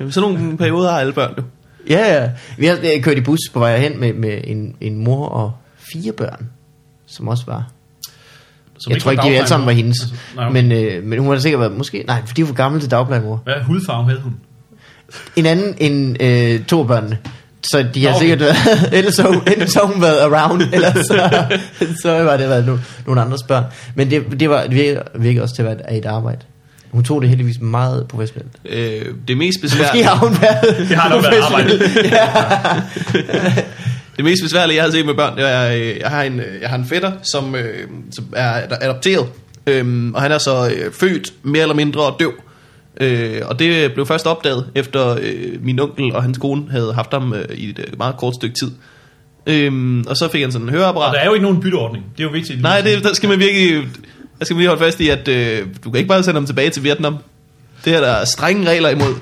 Jamen, Sådan nogle perioder har alle børn jo.
Ja, ja. Vi har øh, kørt i bus på vej hen med, med en, en mor og fire børn, som også var.
Som
jeg tror ikke, de alle sammen var hendes.
Altså, nej,
Altså,
okay.
men, øh, men hun har da sikkert været, måske, nej, for de var gammel til dagplejemor.
Hvad hudfarve havde hun?
En anden end øh, to af børnene. Så de har okay.
Nå, okay.
sikkert (laughs) været, ellers så, ellers så har hun været around, (laughs) eller så, så var det været no, nogle andres børn. Men det, det, var, det virkede, virkede også til at være et arbejde. Hun tog det heldigvis meget professionelt.
Øh, det
(laughs)
mest
Måske
besværlige,
har hun været
Det har nok været arbejde.
(laughs)
det mest besværlige, jeg har set med børn, det er, øh, jeg har en, øh, jeg har en fætter, som, øh, som er ad- adopteret, øhm, og han er så øh, født mere eller mindre døv. Øh, og det blev først opdaget, efter øh, min onkel og hans kone havde haft ham øh, i et øh, meget kort stykke tid. Øhm, og så fik han sådan en høreapparat.
Og der er jo ikke nogen bytteordning. Det er jo vigtigt. ligesom-
Nej, det, der skal man virkelig... Der skal man lige holde fast i, at øh, du kan ikke bare sende ham tilbage til Vietnam. Det er der strenge regler imod.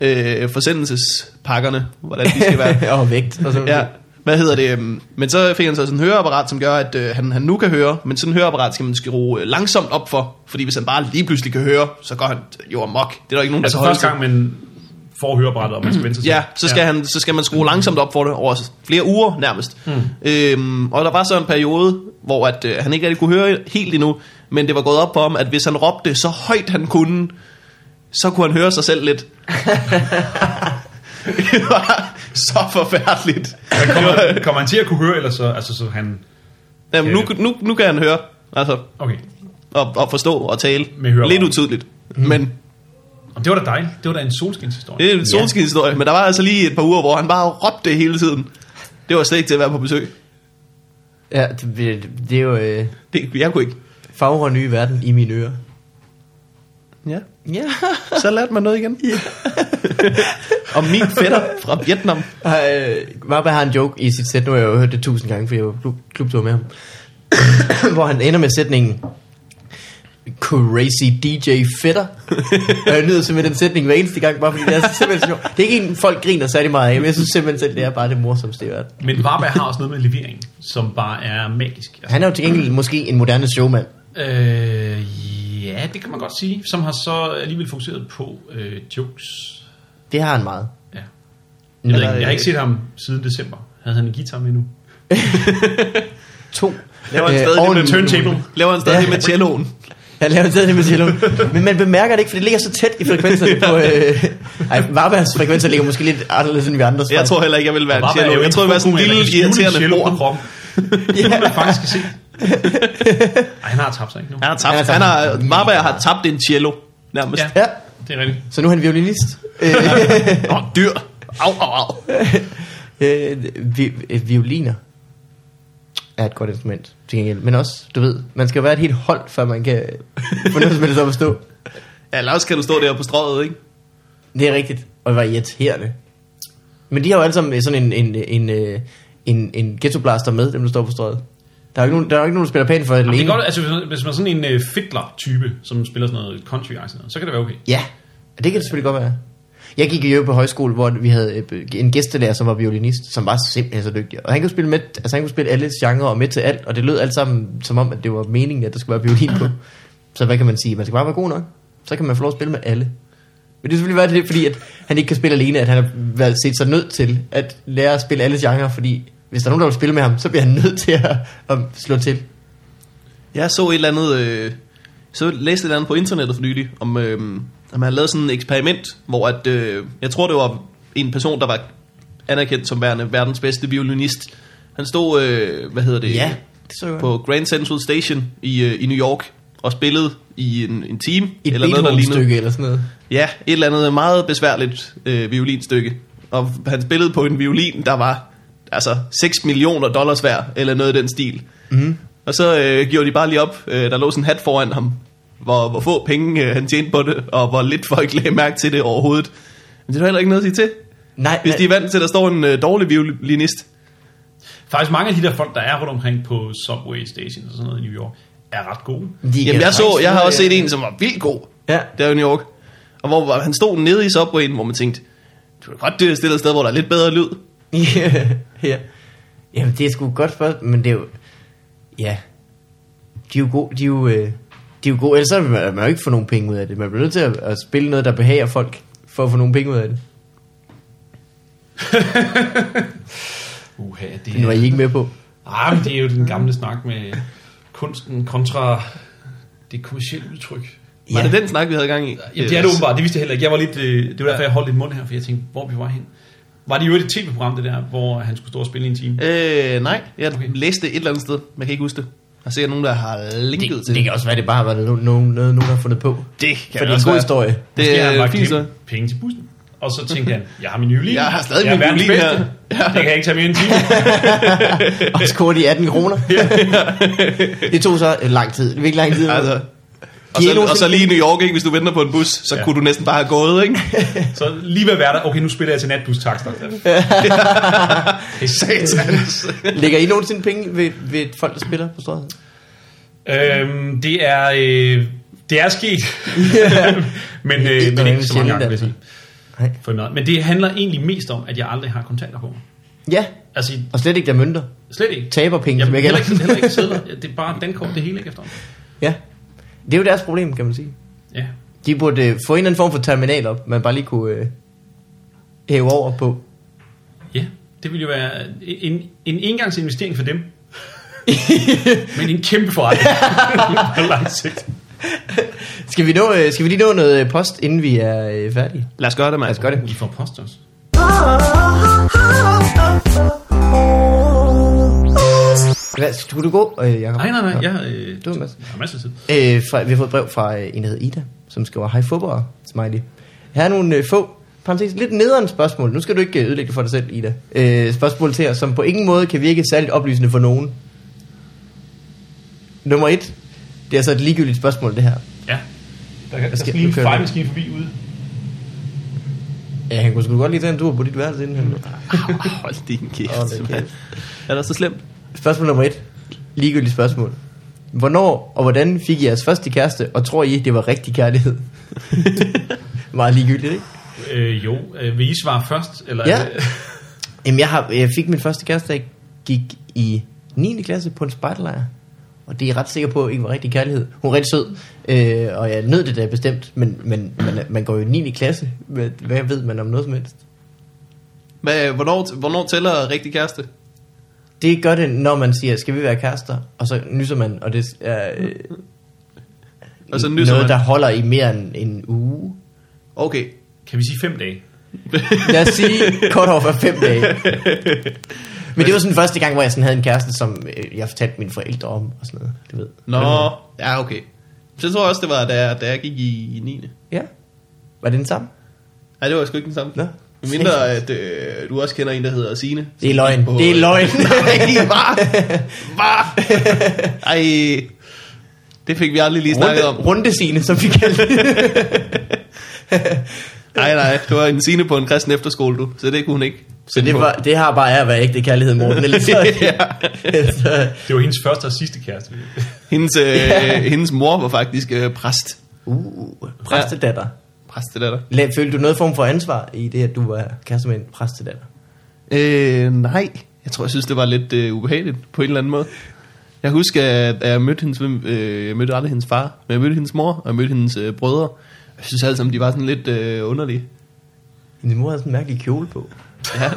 Øh, forsendelsespakkerne, hvordan de skal være.
og vægt og sådan
ja. Hvad hedder det? øhm, Men så fik han så sådan en høreapparat, som gør, at øh, han, han nu kan høre. Men sådan en høreapparat skal man skrue øh, langsomt op for. Fordi hvis han bare lige pludselig kan høre, så går han jo amok. Det er der ikke nogen, der
Altså
kan holde
første
til.
gang, man får hørebrættet, og man skal vente sig
Ja, så skal, ja. Han, så skal man skrue langsomt op for det over flere uger nærmest. Mm.
Hmm.
Øhm, og der var så en periode, hvor at, øh, han ikke rigtig kunne høre helt endnu, men det var gået op på ham, at hvis han råbte så højt han kunne, så kunne han høre sig selv
(laughs)
lidt. (laughs) det var så forfærdeligt.
Men Kommer, kommer han til at kunne høre, eller så, altså, så han...
Jamen, nu, nu, nu kan han høre, altså,
Okay,
og, og forstå og tale.
Med høreapparat.
lidt utydeligt. Mm. Men
Jamen, det var da dejligt. Det var da en solskinshistorie.
det er en solskinshistorie, men der var altså lige et par uger, hvor han bare råbte hele tiden. Det var slet ikke til at være på besøg.
Ja, det, det, det er jo... Øh,
Det, jeg kunne ikke.
fagre nye verden i mine ører.
Ja,
(laughs) Ja.
så lærte man noget (laughs) igen.
Ja.
Om min fætter fra Vietnam.
Øh, Mabba har en joke i sit sæt, nu har jeg jo hørt det tusind gange, fordi jeg var klub, klubtur med ham. (coughs) hvor han ender med sætningen, Crazy DJ
(laughs)
Fedder. og jeg nyder simpelthen den sætning hver eneste gang, bare fordi det er simpelthen så sjovt. Det er ikke en, folk griner særlig meget af, men jeg synes simpelthen selv, det er bare det morsomste i verden.
Men Varberg har også noget med levering, som bare er magisk. Altså,
Han er jo til gengæld måske en moderne showmand.
øh, ja, det kan man godt sige. Som har så alligevel fokuseret på øh, jokes.
Det har han meget.
Ja. Jeg, ved
Eller,
ikke, jeg har ikke
øh,
set ham siden december. Havde han en guitar med nu?
To.
Laver han
Øh,
stadig
og
det med
en-
turntable.
Laver han stadig
Ja.
ja. med celloen.
Han laver stadig det med cello. Men man bemærker det ikke, for det ligger så tæt i frekvenserne på... Øh, ej, Varbas frekvenser ligger måske lidt anderledes end vi andres.
Jeg tror heller ikke, jeg vil være en
Varberg er
cello.
jo
Jeg
ikke
tror, jeg var sådan en
fuldkommen,
lille
eller kan skjule
irriterende
cello på
mor.
kroppen. Det kan man faktisk se. Ej, han har tabt sig ikke nu.
Han har
Han har tabt
tabt. Altså, Han
en-
har, Marberg har tabt en cello. Nærmest.
Ja.
Ja,
Det er rigtigt.
så nu er han violinist. Øh,
Ja. Og dyr. Au, au, au.
øh, vi, øh, violiner er et godt instrument til gengæld. Men også, du ved, man skal jo være et helt hold, før man kan få noget som helst op at stå.
Ja, eller også kan du stå der på strøget, ikke?
Det er rigtigt, og det var irriterende. Men de har jo alle sammen sådan en, en, en, øh, en, en ghettoblaster med, dem der står på strøget. Der er jo ikke nogen, der, er jo ikke nogen, der spiller pænt for
Jamen, det er
alene.
godt, altså, hvis- hvis man er sådan en øh, fidler-type, som spiller sådan noget country og sådan noget, så kan det være okay.
Ja, og det kan det selvfølgelig godt være. Jeg gik i øvrigt på højskole, hvor vi havde øh, en gæstelærer, som var violinist, som var simpelthen så dygtig. Og han kunne spille, med, altså han kunne spille alle genrer og med til alt, og det lød alt sammen som om, at det var meningen, at der skulle være violin på. Så hvad kan man sige? Man skal bare være god nok. Så kan man få lov at spille med alle. Men det er selvfølgelig været det, fordi at han ikke kan spille alene, at han har været set sig nødt til at lære at spille alle genrer, fordi hvis der er nogen, der vil spille med ham, så bliver han nødt til at, at slå til.
Jeg så et eller andet, øh, så læste et eller andet på internettet for nylig, om, øh, om han lavede sådan et eksperiment, hvor at, øh, jeg tror det var en person, der var anerkendt som værende verdens bedste violinist. Han stod, øh, hvad hedder det,
Ja, det så jeg.
på Grand Central Station i, øh, i New York og spillede i en, en time.
Et
noget, der lignede.
Beethoven-stykke eller sådan noget.
Ja, et eller andet meget besværligt øh, violinstykke. Og han spillede på en violin, der var altså 6 millioner dollars værd, eller noget i den stil. Mm. Og så øh, gjorde de bare lige op, øh, der lå sådan en hat foran ham, hvor, hvor få penge øh, han tjente på det, og hvor lidt folk (laughs) lagde mærke til det overhovedet. Men det er der heller ikke noget at sige til.
Nej,
Hvis de er vant til, at der står en øh, dårlig violinist.
Faktisk mange af de der folk, der er rundt omkring på subway stations og sådan noget i New York, er ret gode.
de
Jamen
kan
jeg, så,
faktisk-
jeg har også set en, som var vildt god.
Ja,
Det er jo New York. Og hvor hvor han stod nede i subwayen, hvor man tænkte, du kan godt øh, stille et sted, hvor der er lidt bedre lyd.
(laughs) ja. ja. Jamen, det er sgu et godt spørgsmål, men det er jo... Ja. De er jo gode, de er jo, øh, de er jo gode. ellers så vil man, man jo ikke få nogen penge ud af det. Man bliver nødt til at, at spille noget, der behager folk, for at få nogle penge ud af det.
Uha, det
Det var I
er...
ikke med på.
Ah, men det er jo den gamle snak med kunsten kontra det kommercielle udtryk.
Var
Ja.
det den snak, vi havde gang i?
Ja, det er det åbenbart. Det vidste jeg heller ikke. Jeg var lidt, øh, det var derfor, jeg holdt lidt mund her, for jeg tænkte, hvor er vi var hen. Var det jo et tv-program, det der, hvor han skulle stå og spille i en time?
Øh, nej, jeg
Okay.
okay. læste det et eller andet sted. Man kan ikke huske det. Jeg har sikkert nogen, der har linket
Det,
til
det kan også være, det bare har været noget, nogen, noget, nogen har fundet på.
det
Ja, for det er en god (laughs) historie.
Måske har han
Det er
bare
fint så.
glemt penge til bussen. Og så tænkte han, jeg har min violin.
Jeg har stadig
jeg er
min
verdens
violin
bedste. Det kan jeg ikke tage mere end 10.
Og skår de 18 (laughs) kroner. det tog så øh, lang tid. Det var ikke lang tid.
Altså. Og
Giv
så,
nogen
og så
til-
lige i New York, ikke? hvis du venter på en bus, så
Ja.
ja. kunne du næsten bare have gået,
(laughs)
ikke?
Så lige ved at være der, okay, nu spiller jeg til natbustakster. (laughs)
Satans.
Lægger I nogensinde penge ved, ved folk, der spiller på (laughs) strøget?
øhm, det er... Øh, det er sket,
(laughs) Det er
men, øh, men
noget
ikke så mange
sjældent,
gange, vil jeg
altså.
sige.
Nej.
For noget. Men det handler egentlig mest om, at jeg aldrig har kontanter på mig.
Ja,
Altså,
og slet ikke der mønter.
slet ikke.
Taberpenge,
Jeg
som jeg
heller
kalder
ikke, heller ikke sædler. Det er bare dankort, det hele ikke efter.
(laughs) Ja, det er jo deres problem, kan man sige.
Ja.
De burde øh, få en eller anden form for terminal op, man bare lige kunne øh, hæve over på. (laughs)
ja, det ville jo være en, en engangsinvestering for dem. men en kæmpe
(laughs)
forretning på lang sigt.
Skal vi, nå, øh, skal vi lige nå noget øh, post, inden vi er øh, færdige?
Lad os gøre det, mand.
Lad os gøre det.
I får post også.
Ah,
Hvad, skulle du gå, øh, Jacob?
Nej, nej, nej.
Nå.
Jeg, øh,
Du har en masse.
jeg har masser af tid.
Øh, fra, vi har fået et brev fra øh, en, der hedder Ida, som skriver, hej fodbold, smiley. Her er nogle øh, få, parentes, lidt nederen spørgsmål. Nu skal du ikke øh, ødelægge det for dig selv, Ida. Øh, spørgsmål til jer, som på ingen måde kan virke særligt oplysende for nogen. Nummer et. Det er så et ligegyldigt spørgsmål, det her.
Ja. Der, der, der
skal-
skal lige en
nu kører vi.
fejlmaskine forbi ude.
Ja, han kunne sgu godt lide den, du har på dit værelse inden. han-
(laughs) Hold din
Hold da
kæft, mand.
kæft.
Er det så slemt?
Spørgsmål nummer et. Ligegyldigt spørgsmål. Hvornår og hvordan fik I jeres første kæreste, og tror I, det var rigtig (laughs) kærlighed? Meget ligegyldigt, ikke?
Øh, jo, øh, vil I svare først? Eller, øh,
Ja. Jamen, jeg, har, jeg fik min første kæreste, da jeg gik i 9. klasse på en spejderlejr. Og det er jeg ret sikker på, ikke var rigtig kærlighed. Hun var rigtig sød, øh, og jeg nød det da bestemt, men, men man, man går jo i 9. klasse. Hvad, hvad ved man om noget som helst?
Hvad, hvornår, hvornår tæller rigtig kæreste?
Det gør det, når man siger, skal vi være kærester? Og så nysser man, og det er øh,
Og så
noget,
nysser man.
der holder i mere end en uge.
Okay.
Kan vi sige fem dage?
Lad os sige kort over fem dage. Men det var sådan første gang, hvor jeg sådan havde en kæreste, som øh, jeg fortalte mine forældre om og sådan noget. Du ved.
Nå, ja okay. Så tror jeg også, det var, da jeg, da jeg gik i, i 9.
Ja. Var det den samme?
Nej, det var sgu ikke den samme.
Nå.
Med mindre, at øh, du også kender en, der hedder Signe.
Det er løgn.
På- øh,
Det er
(laughs)
løgn. Nej, var.
Var! Ej, det fik vi aldrig lige snakket om.
Runde, rundesine, som vi kaldte det.
Nej, nej, det var en Signe på en kristen efterskole, du. Så det kunne hun ikke.
(laughs) Så det, var, det har bare er at være ægte kærlighed, Morten. Eller så, (laughs) Altså, så,
Det var hendes første og sidste kæreste.
(laughs)
Hendes, øh, hendes mor var faktisk øh, præst.
uh, præstedatter.
Præstedatter.
La- Følte du noget form for ansvar i det, at du var kæreste med en præstedatter?
Øh, nej. Jeg tror, jeg synes, det var lidt øh, ubehageligt på en eller anden måde. Jeg husker, at jeg mødte, hendes, øh, jeg mødte aldrig hendes far, men jeg mødte hendes mor, og jeg mødte hendes øh, brødre. Jeg synes alle sammen, de var sådan lidt øh, underlige.
Din mor havde sådan en mærkelig kjole på.
Ja.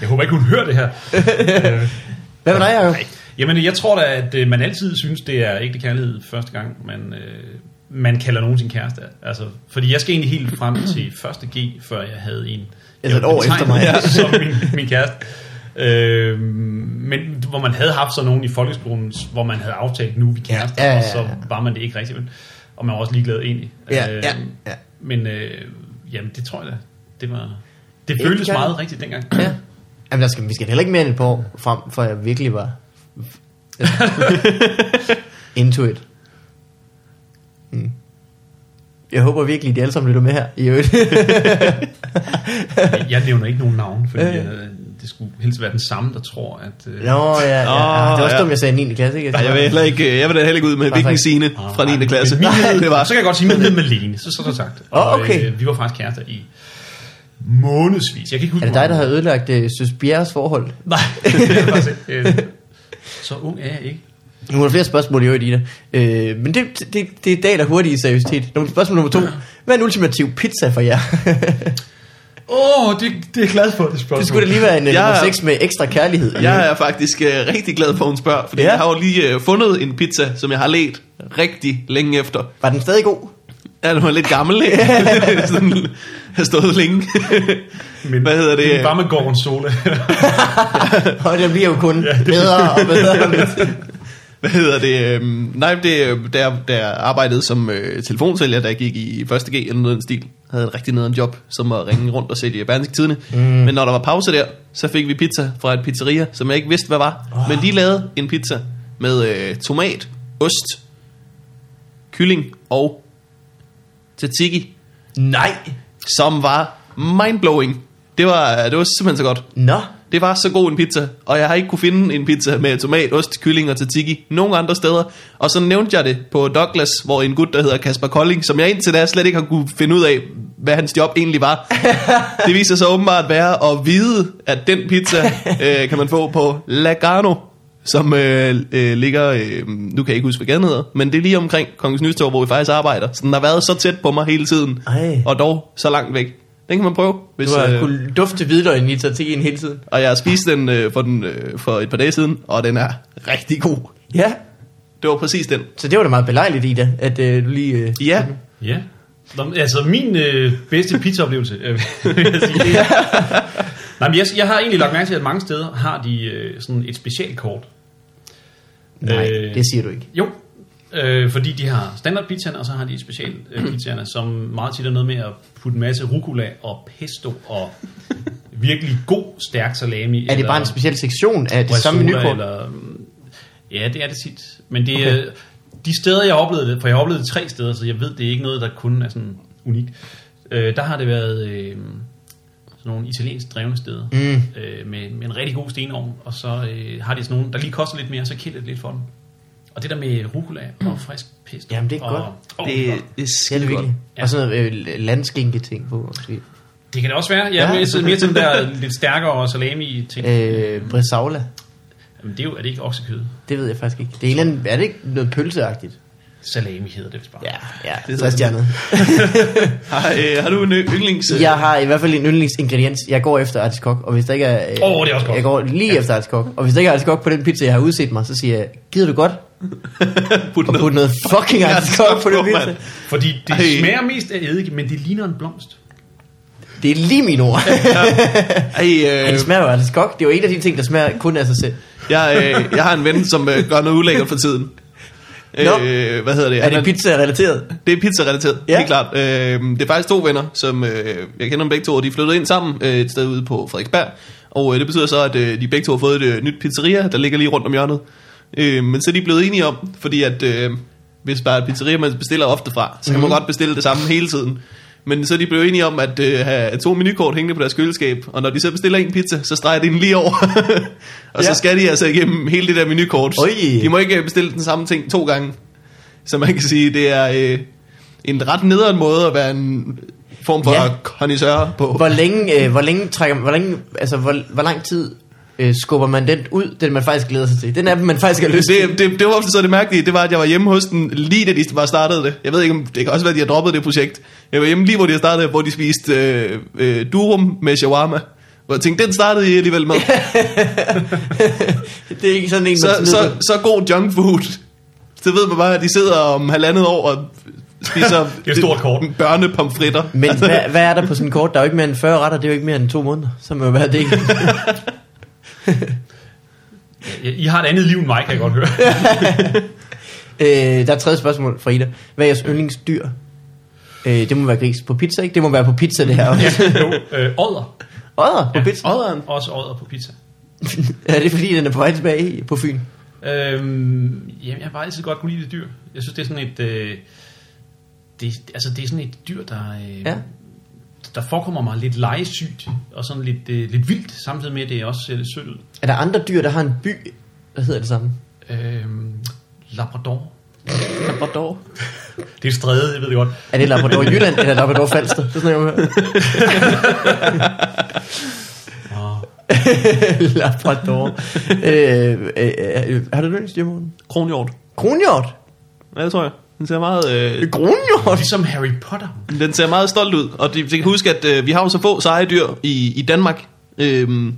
Jeg håber ikke, hun hører det her. (laughs) øh,
Hvad med dig, Jacob?
Jamen, jeg tror da, at øh, man altid synes, det er ægte kærlighed første gang, man, øh, man kalder nogen sin kæreste. Altså, fordi jeg skal egentlig helt frem
(clears throat)
til første G, før jeg havde en...
Altså et
jeg
år efter mig.
betegnede Som min, min kæreste. Øh, men hvor man havde haft sådan nogen i folkeskolen, hvor man havde aftalt, nu er vi kærester,
Ja, ja, ja,
og så
ja.
var man det ikke rigtigt. Men, og man var også ligeglad egentlig. Øhm,
Ja, ja, ja.
Men øh, jamen, det tror jeg da. Det var... Det
Ægte
føltes
kærlighed.
meget rigtigt dengang.
Ja. Jamen, der skal, vi skal da heller ikke mere end et par år frem, for jeg virkelig var (laughs) into it. Mm. Jeg håber virkelig, de alle sammen lytter med her i øvrigt.
Jeg nævner ikke nogen navn, fordi
Øh.
øh. det skulle helst være den samme, der tror, at... Øh,
Nå, ja, ja, ja. Det var også
Åh,
dumt,
ja.
jeg sagde 9. klasse, ikke? altså.
Nej, jeg vil heller ikke, øh, jeg vil da heller ikke ud med, hvilken
faktisk.
Signe
Ah,
fra
nej,
9. klasse. (laughs)
men min hed-
det
Så kan jeg godt sige, at min hed Malene, så så er det sagt.
Åh,
Og,
okay.
øh, vi var faktisk kærester i månedsvis. Jeg kan ikke huske,
Er det dig, der har
havde...
ødelagt uh, Søs Bjerres forhold?
Nej, (laughs) det er det faktisk ikke. Øh, Så ung er jeg ikke.
Nu er der flere spørgsmål i øvrigt, Ida. Øh, men det, det, det er daler hurtigt i seriøsitet. Nummer- Spørgsmål nummer to. Hvad er en ultimativ pizza for jer? (laughs)
Åh, oh, det, det er jeg glad for, det spørgsmål.
det skulle da lige være en ja.
Jeg-
nummer 6 med ekstra kærlighed.
Jeg er faktisk øh, rigtig glad for, at hun spørger, fordi
Ja.
ja. jeg har jo lige øh, fundet en pizza, som jeg har let rigtig længe efter.
Var den stadig god?
Ja, den var lidt gammel, ikke? (laughs) Sådan, har stået længe.
Men,
Hvad hedder det?
Det er bare med gorgonzola.
Og det bliver jo kun bedre og bedre. og bedre.
Hvad hedder det? øhm, Nej, det, øh, da, jeg, da jeg arbejdede som øh, telefonsælger, da jeg gik i 1.G eller noget i den stil, havde jeg rigtig nederen job, som at ringe rundt og sælge Berlingske Tidene. Mm. Men når der var pause der, så fik vi pizza fra et pizzeria, som jeg ikke vidste, hvad var. Oh. Men de lavede en pizza med øh, tomat, ost, kylling og tzatziki,
Nej.
som var mindblowing. Det var, det var simpelthen så godt.
Nå.
Det var så god en pizza, og jeg har ikke kunne finde en pizza med tomat, ost, kylling og tzatziki nogen andre steder. Og så nævnte jeg det på Douglas, hvor en gut, der hedder Kasper Kolding, som jeg indtil da slet ikke har kunne finde ud af, hvad hans job egentlig var. det viser sig åbenbart være at vide, at den pizza øh, kan man få på Lagano, som øh, øh, ligger, øh, nu kan jeg ikke huske, hvad gaden hedder, men det er lige omkring Kongens Nystorv, hvor vi faktisk arbejder. Så den har været så tæt på mig hele tiden,
Ej.
og dog så langt væk. Den kan man prøve. Hvis, øh,
Du har kunnet dufte hvidløgn i tzatzikien hele tiden.
og jeg har spist den, øh, for, den øh, for et par dage siden, og den er rigtig god.
Ja.
Det var præcis den.
Så det var da meget belejligt, Ida, at øh, du lige... Øh,
Ja,
ja. Nå, men altså, min øh, bedste pizzaoplevelse, øh, (laughs) vil jeg sige, det er... Nej, men jeg, jeg har egentlig lagt mærke til, at mange steder har de øh, sådan et specialkort,
nej,
Øh.
det siger du ikke.
Jo, øh, fordi de har standardpizzaen, og så har de specialpizzaerne, (clears throat) som meget tit er noget med at putte en masse rucola og pesto og virkelig god, stærk salami.
Er det bare en speciel sektion af det samme menukort?
Eller, ja, det er det tit. Men det,
Okay.
okay. de steder, jeg har oplevet det, for jeg har oplevet det tre steder, så jeg ved, det er ikke noget, der kun er sådan unikt. Øh, der har det været øh, sådan nogle italiensk drevne steder, mm. øh, med, med en rigtig god stenovn, og så øh, har de sådan nogle, der lige koster lidt mere, så kilder det lidt for dem. Og det der med rucola og frisk pesto.
Mm. Jamen, det er
og,
godt.
Og,
Det, det er
Det er det
skide godt.
virkelig.
Ja.
Og sådan noget øh, landskinke ting på. Måske.
Det kan det også være. Jeg er
Ja.
mere, mere til den der lidt stærkere salami ting.
Øh, Bresaula.
Jamen, det er jo, er det ikke oksekød?
Det ved jeg faktisk ikke. Det er, en eller anden, er det ikke noget pølseagtigt?
Salami hedder det vist bare.
Ja,
Det
ja.
er
Så er stjernet.
Har, øh, har du en ø- yndlings... øh,
Jeg har i hvert fald en yndlingsingrediens. Jeg går efter artiskok, og hvis der ikke er... øh,
Åh, det er også godt.
Jeg går lige efter artiskok, og hvis der ikke er artiskok på den pizza, jeg har udset mig, så siger jeg, gider du godt
Put
at putte
noget.
noget fucking artiskok
artiskok
på den
på,
pizza?
mand.
Fordi det
Ej.
smager mest af eddike, men det ligner en blomst.
Det er lige mine
(laughs)
ord. (laughs)
Ej,
Øh.
øh,
Det smager jo af artiskok. Det er jo en af de ting, der smager kun af sig selv.
jeg, øh, jeg har en ven, som øh, gør noget ulækkert for tiden.
Nå.
Øh, hvad hedder det?
Er
Han
det pizza-relateret?
Det er pizza-relateret, ja.
Ja.
helt klart. Øh, det er faktisk to venner, som øh, jeg kender dem begge to, og de flyttede ind sammen øh, et sted ude på Frederiksberg. Og øh, det betyder så, at øh, de begge to har fået et øh, nyt pizzeria, der ligger lige rundt om hjørnet. Øh, men så er de blevet enige om, fordi at øh, hvis bare et pizzeria, man bestiller ofte fra, så kan man godt bestille det samme hele tiden. Men så er de blevet enige om at øh, have to menukort hængende på deres køleskab, og når de så bestiller en pizza, så streger de den lige over. (laughs)
Ja.
og ja. så skal de altså igennem hele det der menukort.
Oj.
De må ikke øh, bestille den samme ting to gange. Så man kan sige, det er øh, en ret nederen måde at være en form for ja.
Ja.
connoisseur på.
Hvor længe, øh, hvor længe trækker man, hvor længe, altså hvor, hvor lang tid øh, skubber man den ud, den man faktisk glæder sig til? Den app, man faktisk har lyst til.
Det, det, det var ofte så det mærkelige, det var, at jeg var hjemme hos den, lige da de var startede det. Jeg ved ikke, om det kan også være, at de har droppet det projekt. Jeg var hjemme lige, hvor de startede, hvor de spiste øh, øh, durum med shawarma. Hvor jeg tænkte, den startede I alligevel med.
(laughs) Det er ikke sådan en, man
så,
smider.
så, så god junk food. Så ved man bare, at de sidder om halvandet år og spiser
Det er et stort kort.
børnepomfritter. (laughs)
Men hvad, hvad er der på sådan en kort? Der er jo ikke mere end 40 retter, det er jo ikke mere end to måneder. Så må jo være det (laughs) ikke.
Ja, I har et andet liv end mig, kan jeg godt høre.
øh, der er et tredje spørgsmål fra Ida. Hvad er jeres yndlingsdyr? Øh, det må være gris på pizza, ikke? Det må være på pizza, det her.
(laughs) jo, øh, odder.
Odder på
Ja,
pizza.
odderen. Også odder på pizza.
(laughs) er det fordi, den er på vej tilbage i- på Fyn?
Øhm, jamen, jeg har bare altid godt kunne lide det dyr. Jeg synes, det er sådan et... Øh, det, altså, det er sådan et dyr, der... Øh,
Ja.
Der forekommer mig lidt legesygt, og sådan lidt, øh, lidt vildt, samtidig med, at det også ser lidt sødt ud.
Er der andre dyr, der har en by, der hedder det samme?
Øhm, Labrador.
Labrador.
Det er stræde, jeg ved det godt.
Er det Labrador Jylland, eller Labrador Falster? Det er sådan, jeg må høre.
Åh.
(laughs) Labrador. øh, øh, øh, har du et yndlingsdyr, Morten?
Kronhjort.
Kronhjort.
Ja, det tror jeg. Den ser meget... Øh,
Kronhjort?
Ligesom Harry Potter.
Den ser meget stolt ud, og det, det kan huske, at øh, vi har jo så få seje dyr i, i Danmark. Øhm,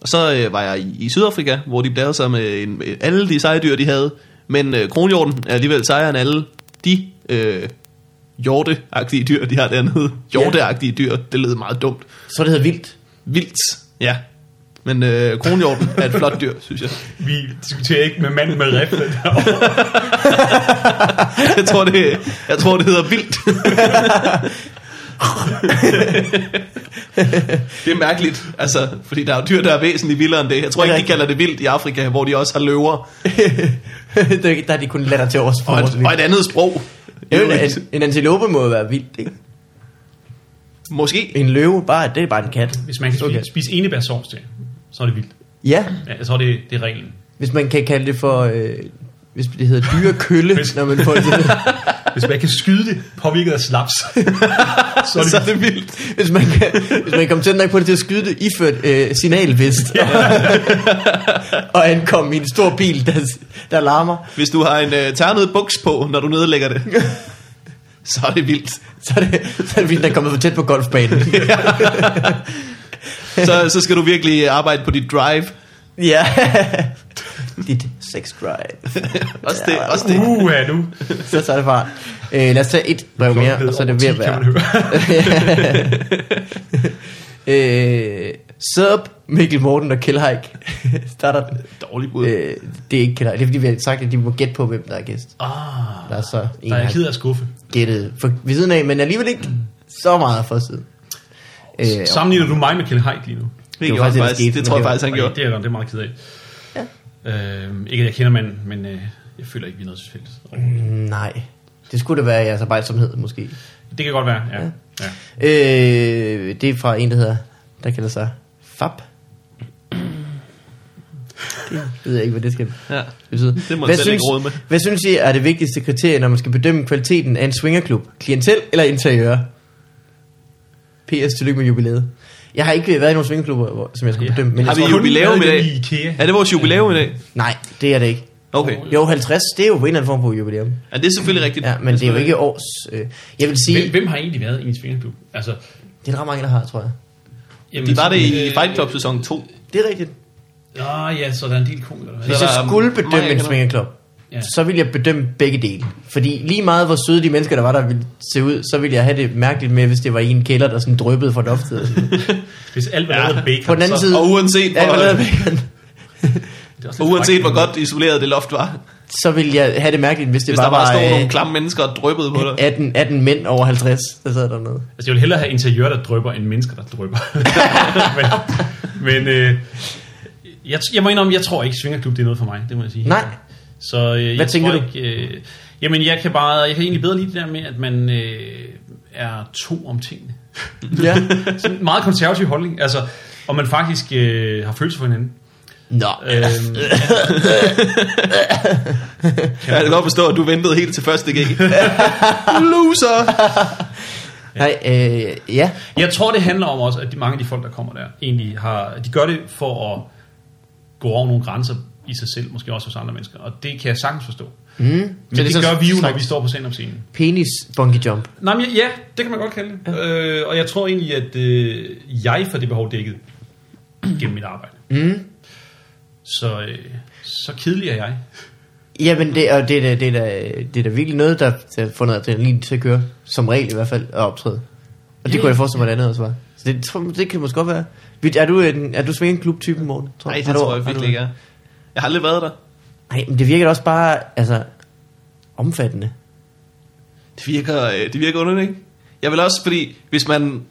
og så øh, var jeg i, i Sydafrika, hvor de bladrede sig med, en, med alle de seje dyr, de havde. Men øh, kronhjorten er alligevel sejere end alle de øh, hjorteagtige dyr, de har dernede. Hjorteagtige dyr, det lød meget dumt.
Så det hedder vildt. (laughs)
Vildt, ja. Men øh, kronhjorten er et flot dyr, synes jeg.
Vi diskuterer ikke med manden med riflen
(laughs)
derovre.
Jeg tror, det, jeg tror, det hedder vildt. det er mærkeligt, altså, fordi der er jo dyr, der er væsentligt vildere end det. Jeg tror ikke, de kalder det vildt i Afrika, hvor de også har løver
Det er ikke- der er de kun latter til os for
og
vores
et, og
vildt.
et andet sprog.
Det er jo en, en, en antilope må jo være vildt, ikke?
Måske.
En løve, bare, det er bare en kat.
Hvis man kan
Okay.
spise, spise enebærsovs til, så er det vildt.
Ja,
Ja, jeg tror, det, det er reglen.
hvis man kan kalde det for... Øh, hvis det hedder dyrekølle,
Hvis-
når man får
(laughs)
det.
Hvis man kan skyde det påvirket af slaps, (laughs) så er
Så er
det
det vildt.
Hvis man, kan, hvis man kommer tæt nok på det til at skyde det, iført øh, signalvest. (laughs) og ankomme i en stor bil, der, der larmer.
Hvis du har en øh, ternet buks på, når du nedlægger det, så er det vildt.
Så er det, så er det vildt, der er kommet for tæt på golfbanen.
Så, så skal du virkelig arbejde på dit drive.
ja. (laughs) Dit sex drive.
Også det,
Ja.
også det.
vildt. Uh, ja, nu.
Så tager det fart. Øh, lad os tage et brev mere, og så er det ved at
Kan
være. (laughs)
man høre.
øh, Sup, Mikkel Morten og Kjellhaik starter den.
Dårlig bud.
Øh, det er ikke Kjellhaik, det er fordi vi har sagt, at de må gætte på, hvem der er gæst.
Ah,
Der er så en,
der er
der
jeg
har
ked af at skuffe.
gættet for, ved siden af, men alligevel ikke så meget for siden. Øh,
Sammenligner du mig med Kjell Haik lige nu?
det,
det var
gjorde
faktisk det, der
han faktisk,
skete,
det tror
men
jeg
det
faktisk, han
Okay,
gjorde.
det er jeg godt- det er meget ked af. Ja. Øhm, ikke at jeg kender manden, men øh, Jeg føler ikke, vi er noget til fælles.
Nej. Det skulle da være jeres arbejdsomhed, måske.
Det kan godt være, ja.
Ja.
ja. ja.
Øh, det er fra en, der hedder, der kalder sig Fab. Det ved jeg ikke, hvad det skal
Ja.
betyde.
Det må
hvad,
jeg selv
synes,
ikke råde med.
hvad synes I er det vigtigste kriterie, når man skal bedømme kvaliteten af en swingerklub? Klientel eller interiør? P.S. Tillykke med jubilæet. Jeg har ikke været i nogen swingerklubber, hvor- som jeg skulle
Ja.
bedømme. Men
Har
jeg
vi
tror,
kun
jubilæum i
vi havde
dag?
den i IKEA.
Er det vores jubilæum i dag?
Nej, det er det ikke.
Okay.
Jo, 50, det er jo på en eller anden form for jubilæum.
Ja, det er selvfølgelig rigtigt.
Ja, men det er jo ikke års... Øh, jeg vil sige,
Hvem, hvem har egentlig været i en svingerklub? Altså,
det er der ret mange, der har, tror jeg.
jamen,
De var det i
øh,
Fight Club sæson 2.
Det er rigtigt.
Nå ja, så der er en del komikere. der-
Hvis
Så
jeg
der er
skulle
meget, jeg
bedømme en
kender.
swingerklub,
Ja.
ja. så ville jeg bedømme begge dele. Fordi lige meget hvor søde de mennesker, der var der, ville se ud, så ville jeg have det mærkeligt med, hvis det var i en kælder, der sådan drøbbede fra loftet.
Hvis alt var lavet af bacon,
På den anden
så-
side,
Og uanset,
ja,
hvor,
hvad lavede bacon?
Det er også
og
lidt
uanset hvor
frækt.
godt isoleret det loft var,
så ville jeg have det mærkeligt, hvis det
hvis
bare øh,
der bare stod nogle
var
klamme mennesker og dryppede på dig.
øh, 18, 18 mænd over 50, der sad dernede.
Altså, jeg vil hellere have interiør, der drøber, end mennesker, der drøber. (laughs) men men øh, jeg, jeg må indrømme, jeg tror ikke, svingerklub det er noget for mig, det må jeg sige.
Nej.
Så øh, Hvad jeg
tænker
tror
du?
Ikke, øh, jamen, jeg kan, bare, jeg kan egentlig bedre lide det der med, at man øh, er to om tingene.
Ja.
(laughs) Sådan en meget konservativ holdning, altså, og man faktisk øh, har følelser for hinanden.
Nå.
Øhm,
Ja, jeg kan godt forstå, at du ventede helt til
(laughs)
første gig. Loser!
Nej, øh, ja.
Jeg tror, det handler om også, at de, mange af de folk, der kommer der, egentlig har, de gør det for at gå over nogle grænser i sig selv, måske også hos andre mennesker. Og det kan jeg sagtens forstå. Mm. Men
Mhm. Så det
det,
er så
det gør vi jo, når
slags-
vi står på scenen om scenen.
Penis bungee jump.
Nej, men ja, ja, det kan man godt kalde det. Ja. Øh, og jeg tror egentlig, at øh, jeg får det behov dækket gennem mit arbejde. Mm.
Mhm.
Så, øh, så kedelig er jeg.
Jamen, det, og det, er da- det, er da- det er da virkelig noget, der, der får noget adrenalin til at køre. Som regel i hvert fald, at optræde. Og det
Ja,
kunne jeg
ja.
forestille mig, at andet også var. Så det, tror, det kan måske godt være. Vil- Er du, en, er du svingen klubtypen, Morten? Tror,
Nej,
har
det
du-
tror jeg
har
virkelig
du-
ikke er. Jeg har aldrig været der.
Nej, men det virker da også bare, altså, omfattende.
Det virker, øh, det virker underligt, ikke? Jeg vil også, fordi hvis man,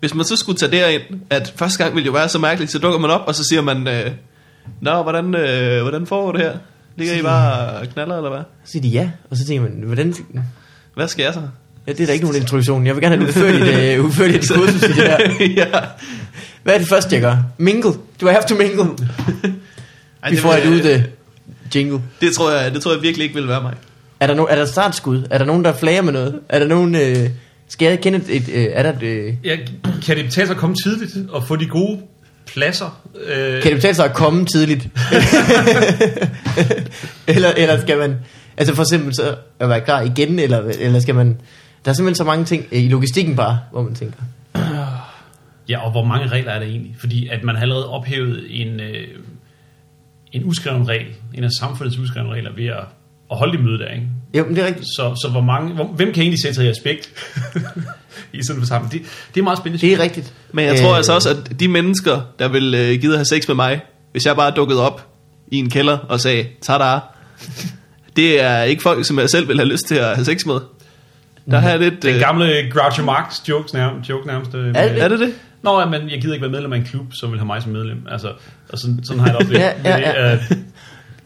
hvis man så skulle tage derind, at første gang ville jo være så mærkeligt, så dukker man op, og så siger man, øh, Nå, hvordan, øh, hvordan foregår det her? Ligger I bare og knaller, eller hvad?
Så siger de ja, og så tænker man, hvordan...
Hvad skal jeg så?
Ja, det er da ikke nogen introduktion. Jeg vil gerne have et
(laughs)
udførligt, uh, udførligt kursus i det her.
ja.
Hvad er det første, jeg gør? Mingle. Do I have to mingle?
Ej,
Vi får
vil-
et ud øh. det jingle.
det, tror jeg, det tror jeg virkelig ikke ville være mig.
Er der, no, er der startskud? Er der nogen, der flager med noget? Er der nogen... Øh, skal jeg kende et... et øh, er der et, øh,
jeg. Kan det betale sig at komme tidligt og få de gode pladser? Øh,
kan det betale sig at komme tidligt? (laughs) eller, eller skal man... Altså for eksempel så at være klar igen, eller, eller skal man... Der er simpelthen så mange ting øh, i logistikken bare, hvor man tænker.
Ja, og hvor mange regler er der egentlig? Fordi at man har allerede ophævet en, øh, en uskreven regel, en af samfundets uskrevne regler, ved at, at holde det møde der, ikke?
Jo, men det er rigtigt.
Så, så hvor mange, hvor, hvem kan egentlig sætte sig i aspekt (laughs) i sådan en forsamling? Det, det er meget spændende.
Det er rigtigt.
Men jeg tror
Øh,
altså også, at de mennesker, der ville øh, gide have sex med mig, hvis jeg bare dukkede op i en kælder og sagde, tada, det er ikke folk, som jeg selv vil have lyst til at have sex med. Der har jeg lidt...
Den
øh,
gamle Groucho Marx jokes nærmest, joke nærmest. Øh,
Er det
er det det? (laughs)
Nå, ja, men jeg gider ikke være medlem af en klub, som vil have mig som medlem. Altså, og sådan, sådan har jeg det oplevet.
Ja, (laughs) ja,
Men det,
ja.
øh,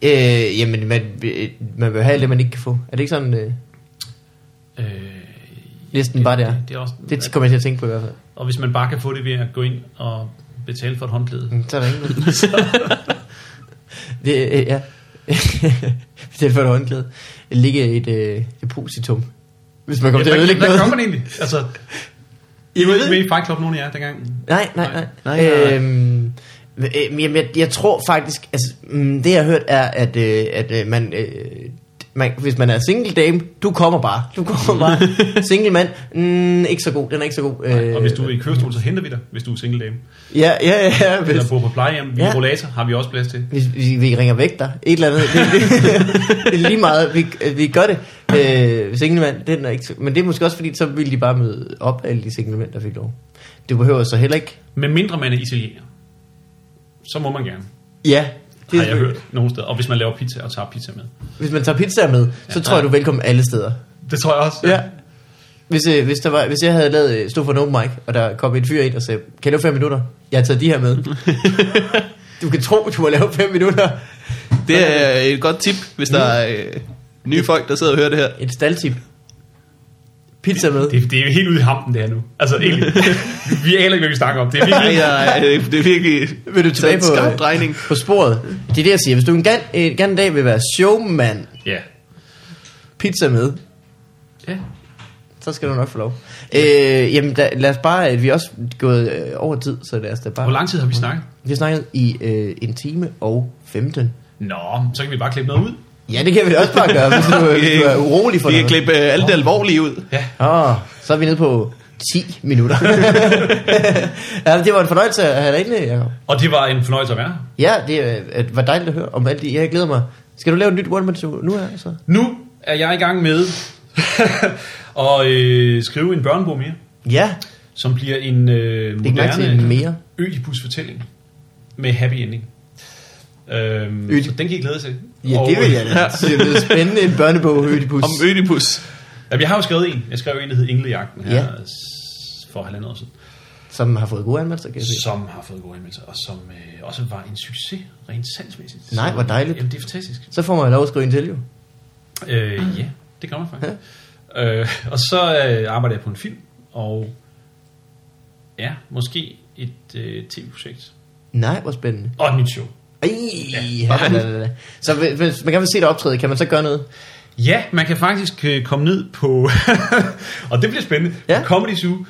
Øh, jamen, man, øh, man vil have alt det, man ikke kan få. Er det ikke sådan... Øh,
øh,
næsten bare det er?
Det, er også,
Det kommer jeg til at tænke på i hvert fald.
og hvis man bare kan få det ved at gå ind og betale for et håndklæde,
Mm, Så er der ikke (laughs) noget. det, øh, ja. (laughs) Betal for et håndklæde. Ligge et øh, depositum. Hvis man kommer til at
hvad-
ødelægge
Hvad
noget.
gør man egentlig? Altså, I var ikke med i Fight Club, nogen af jer dengang.
Nej, nej, nej.
Nej, nej.
Øhm, øh, men jeg, jeg, jeg tror faktisk, altså, mm, det jeg har hørt er, at, øh, at øh, man, øh, man, hvis man er single dame, du kommer bare. Du kommer bare. (laughs) single mand, mm, ikke så god, den er ikke så god.
Øh, og hvis du er i kørestol, så henter vi dig, hvis du er single dame.
Ja, ja, ja. Hvis,
Eller bor på plejehjem, vi
Ja.
ja. rollator har vi også plads til.
Hvis vi, vi ringer væk der, et eller andet. Det, det, (laughs) det er lige meget, vi, vi gør det. Øh, singlemand, den er ikke, så- men det er måske også fordi, så ville de bare møde op alle de singlemænd, der fik lov. Det behøver så heller ikke.
Men mindre man er italiener, så må man gerne,
Ja, det
har jeg hørt nogen steder. Og hvis man laver pizza og tager pizza med.
Hvis man tager pizzaer med, så
Ja,
tror jeg,
nej.
du er velkommen alle steder.
Det tror jeg også.
Hvis, øh, hvis, der var, hvis jeg havde lavet, øh, stod for en open mic, og der kom en fyr ind og sagde, kan du
(laughs)
lave fem minutter? Jeg har taget de her med. du kan tro, du må lave fem minutter.
Det er et godt tip, hvis der er øh, nye folk, der sidder og hører det her.
En staldtip. Pizza med.
Det, det er jo helt ude i hampen, det her nu. Altså, (laughs) egentlig. vi aner ikke, hvad vi snakker om. Det er
Nej,
virkelig...
nej, øh, det er virkelig
Vil du tilbage
en
på,
skarp
øh,
drejning.
på sporet? Det er det, jeg siger. Hvis du en gerne en, gerne en dag vil være showman,
Ja.
pizza med,
Ja.
så skal du nok få lov. Øh, jamen, da, lad os bare... Vi er også gået øh, over tid, så lad os da bare...
Hvor lang tid har vi snakket?
Vi har snakket i øh, en time og 15.
Nå, så kan vi bare klippe noget ud.
Ja, det kan vi da også bare gøre, hvis du, øh, hvis du er urolig for
(laughs) Vi kan
noget.
klippe øh, alt det alvorlige ud.
Ja.
Åh, så er vi nede på 10 minutter. ja, det var en fornøjelse at have dig inde, Jacob.
Og det var en fornøjelse at være.
Ja, det øh, øh, var dejligt at høre om alt det. Jeg glæder mig. Skal du lave et nyt one man show nu her? Så?
Nu er jeg i gang med (laughs) at øh, skrive en børnebog mere,
Ja,
som bliver en øh,
det er ikke til
moderne
mere.
Ødipus fortælling med happy ending. Øhm,
Ødip-
så den kan I glæde til.
Ja, det vil jeg
(laughs)
da. Det lyder spændende, en børnebog, Hødipus.
Om Ødipus.
Jamen, jeg har jo skrevet en. Jeg skrev en, der hed Englejagten her
Ja.
ja. for halvandet år siden.
Som har fået gode anmeldelser, kan jeg se.
Som har fået gode anmeldelser, og som øh, også var en succes rent salgsmæssigt.
Nej,
Så-
hvor dejligt.
Jamen, det er fantastisk.
Så får man lov at skrive en til, jo.
Øh,
Ah.
ja, det gør man faktisk. øh, og så øh, arbejder jeg på en film, og ja, måske et øh, tv-projekt.
Nej, hvor spændende.
Og et nyt show.
Ej, ja, da, da, da. Så hvis- hvis man kan se dig optræde, kan man så gøre noget?
Ja, man kan faktisk øh, komme ned på, (laughs) og det bliver spændende,
Ja.
ja. Comedy Zoo,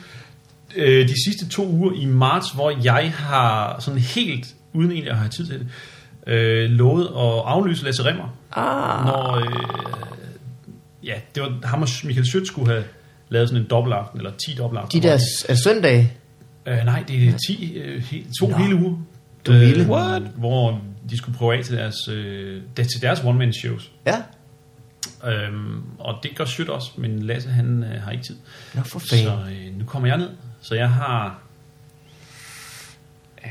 øh, de sidste to uger i marts, hvor jeg har sådan helt, uden egentlig at have tid til det, øh, lovet at aflyse Lasse Remmer.
Ah.
Når, øh, ja, det var ham og Michael Schødt skulle have lavet sådan en dobbeltaften, eller 10
De
dobbeltaften.
der s- er søndage.
Øh, nej, det er 10, øh, he, to Nå. hele uger.
Du vilde.
What? Hvor de skulle prøve af til deres, øh, der- til deres one-man-shows.
Ja.
Øhm, og det gør Schødt også, men Lasse han øh, har ikke tid.
Nå, for fanden.
Så øh, nu kommer jeg ned. Så jeg har... Ja,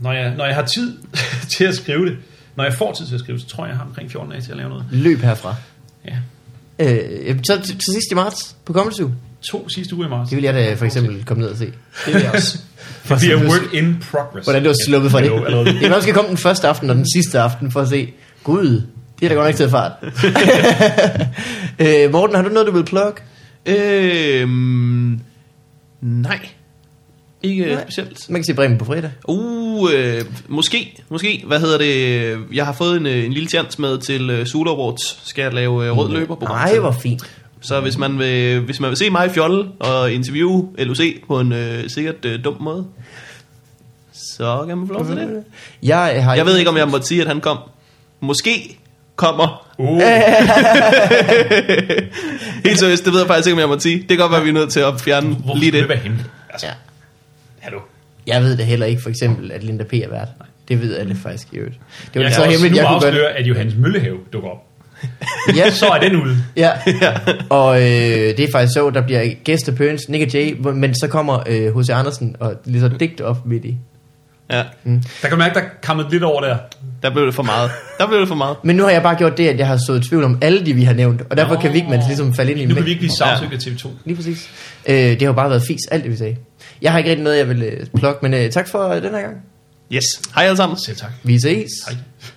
når, jeg, når jeg har tid (laughs) til at skrive det, når jeg får tid til at skrive det, så tror jeg, jeg har omkring 14 dage til at lave noget.
Løb herfra.
Ja.
Øh, jamen, så til, til sidst i marts på Comedy Zoo.
To sidste uger i marts.
Det vil jeg da for eksempel komme ned og se.
Det vil jeg også. Det bliver work in progress.
Hvordan du har sluppet for det.
Jo, allerede.
(laughs) Det er, man skal komme den første aften og den sidste aften for at se. Gud, det er da godt nok til fart. øh, Morten, har du noget, du vil plukke?
(laughs) Øhm, nej. Ikke
Nej.
nej. specielt.
Man kan se Bremen på fredag.
Uh, øh, måske, måske. Hvad hedder det? Jeg har fået en, øh, en lille chance med til øh, Sula Awards. Skal jeg lave øh, rød løber på
Mm. Nej, hvor fint.
Så hvis man, vil, hvis man vil se mig fjolle og interviewe LOC på en øh, sikkert øh, dum måde, så kan man få lov til det.
Jeg, har
Jeg ved ikke, om jeg måtte sige, at han kom. Måske kommer.
Uh,
(laughs) Helt seriøst, det ved jeg faktisk ikke, om jeg måtte sige. Det kan godt være, vi er nødt til at fjerne
hvor
lige det.
Hvor henne? Altså,
Ja.
ja. hallo.
Jeg ved det heller ikke, for eksempel, at Linda P. er vært. Det ved alle faktisk i øvrigt. Det
Jeg
var
kan
så
også
hemmeligt,
nu
jeg kunne gøre det.
afsløre, at Johannes Møllehave dukker op.
Ja,
Så er den ude. (laughs)
ja. Og øh, det er faktisk så, der bliver guest appearance, Nick og Jay, hvor- men så kommer øh, H.C. Andersen og lige så digt op midt i.
(laughs) Ja,
Der kan man mærke, der er kommet lidt over der.
der blev det for meget. Der blev det for meget.
Men nu har jeg bare gjort det, at jeg har sået tvivl om alle de, vi har nævnt, og derfor Nå. kan Vigman ligesom falde ind i
Nu kan
mængden.
vi ikke blive sagsøgt af TV2.
Lige præcis. Øh, det har jo bare været fis, alt det vi sagde. Jeg har ikke rigtig noget, jeg vil øh, plukke, men øh, tak for øh, den her gang.
Yes. Hej alle sammen.
Selv tak.
Vi ses.
Hej.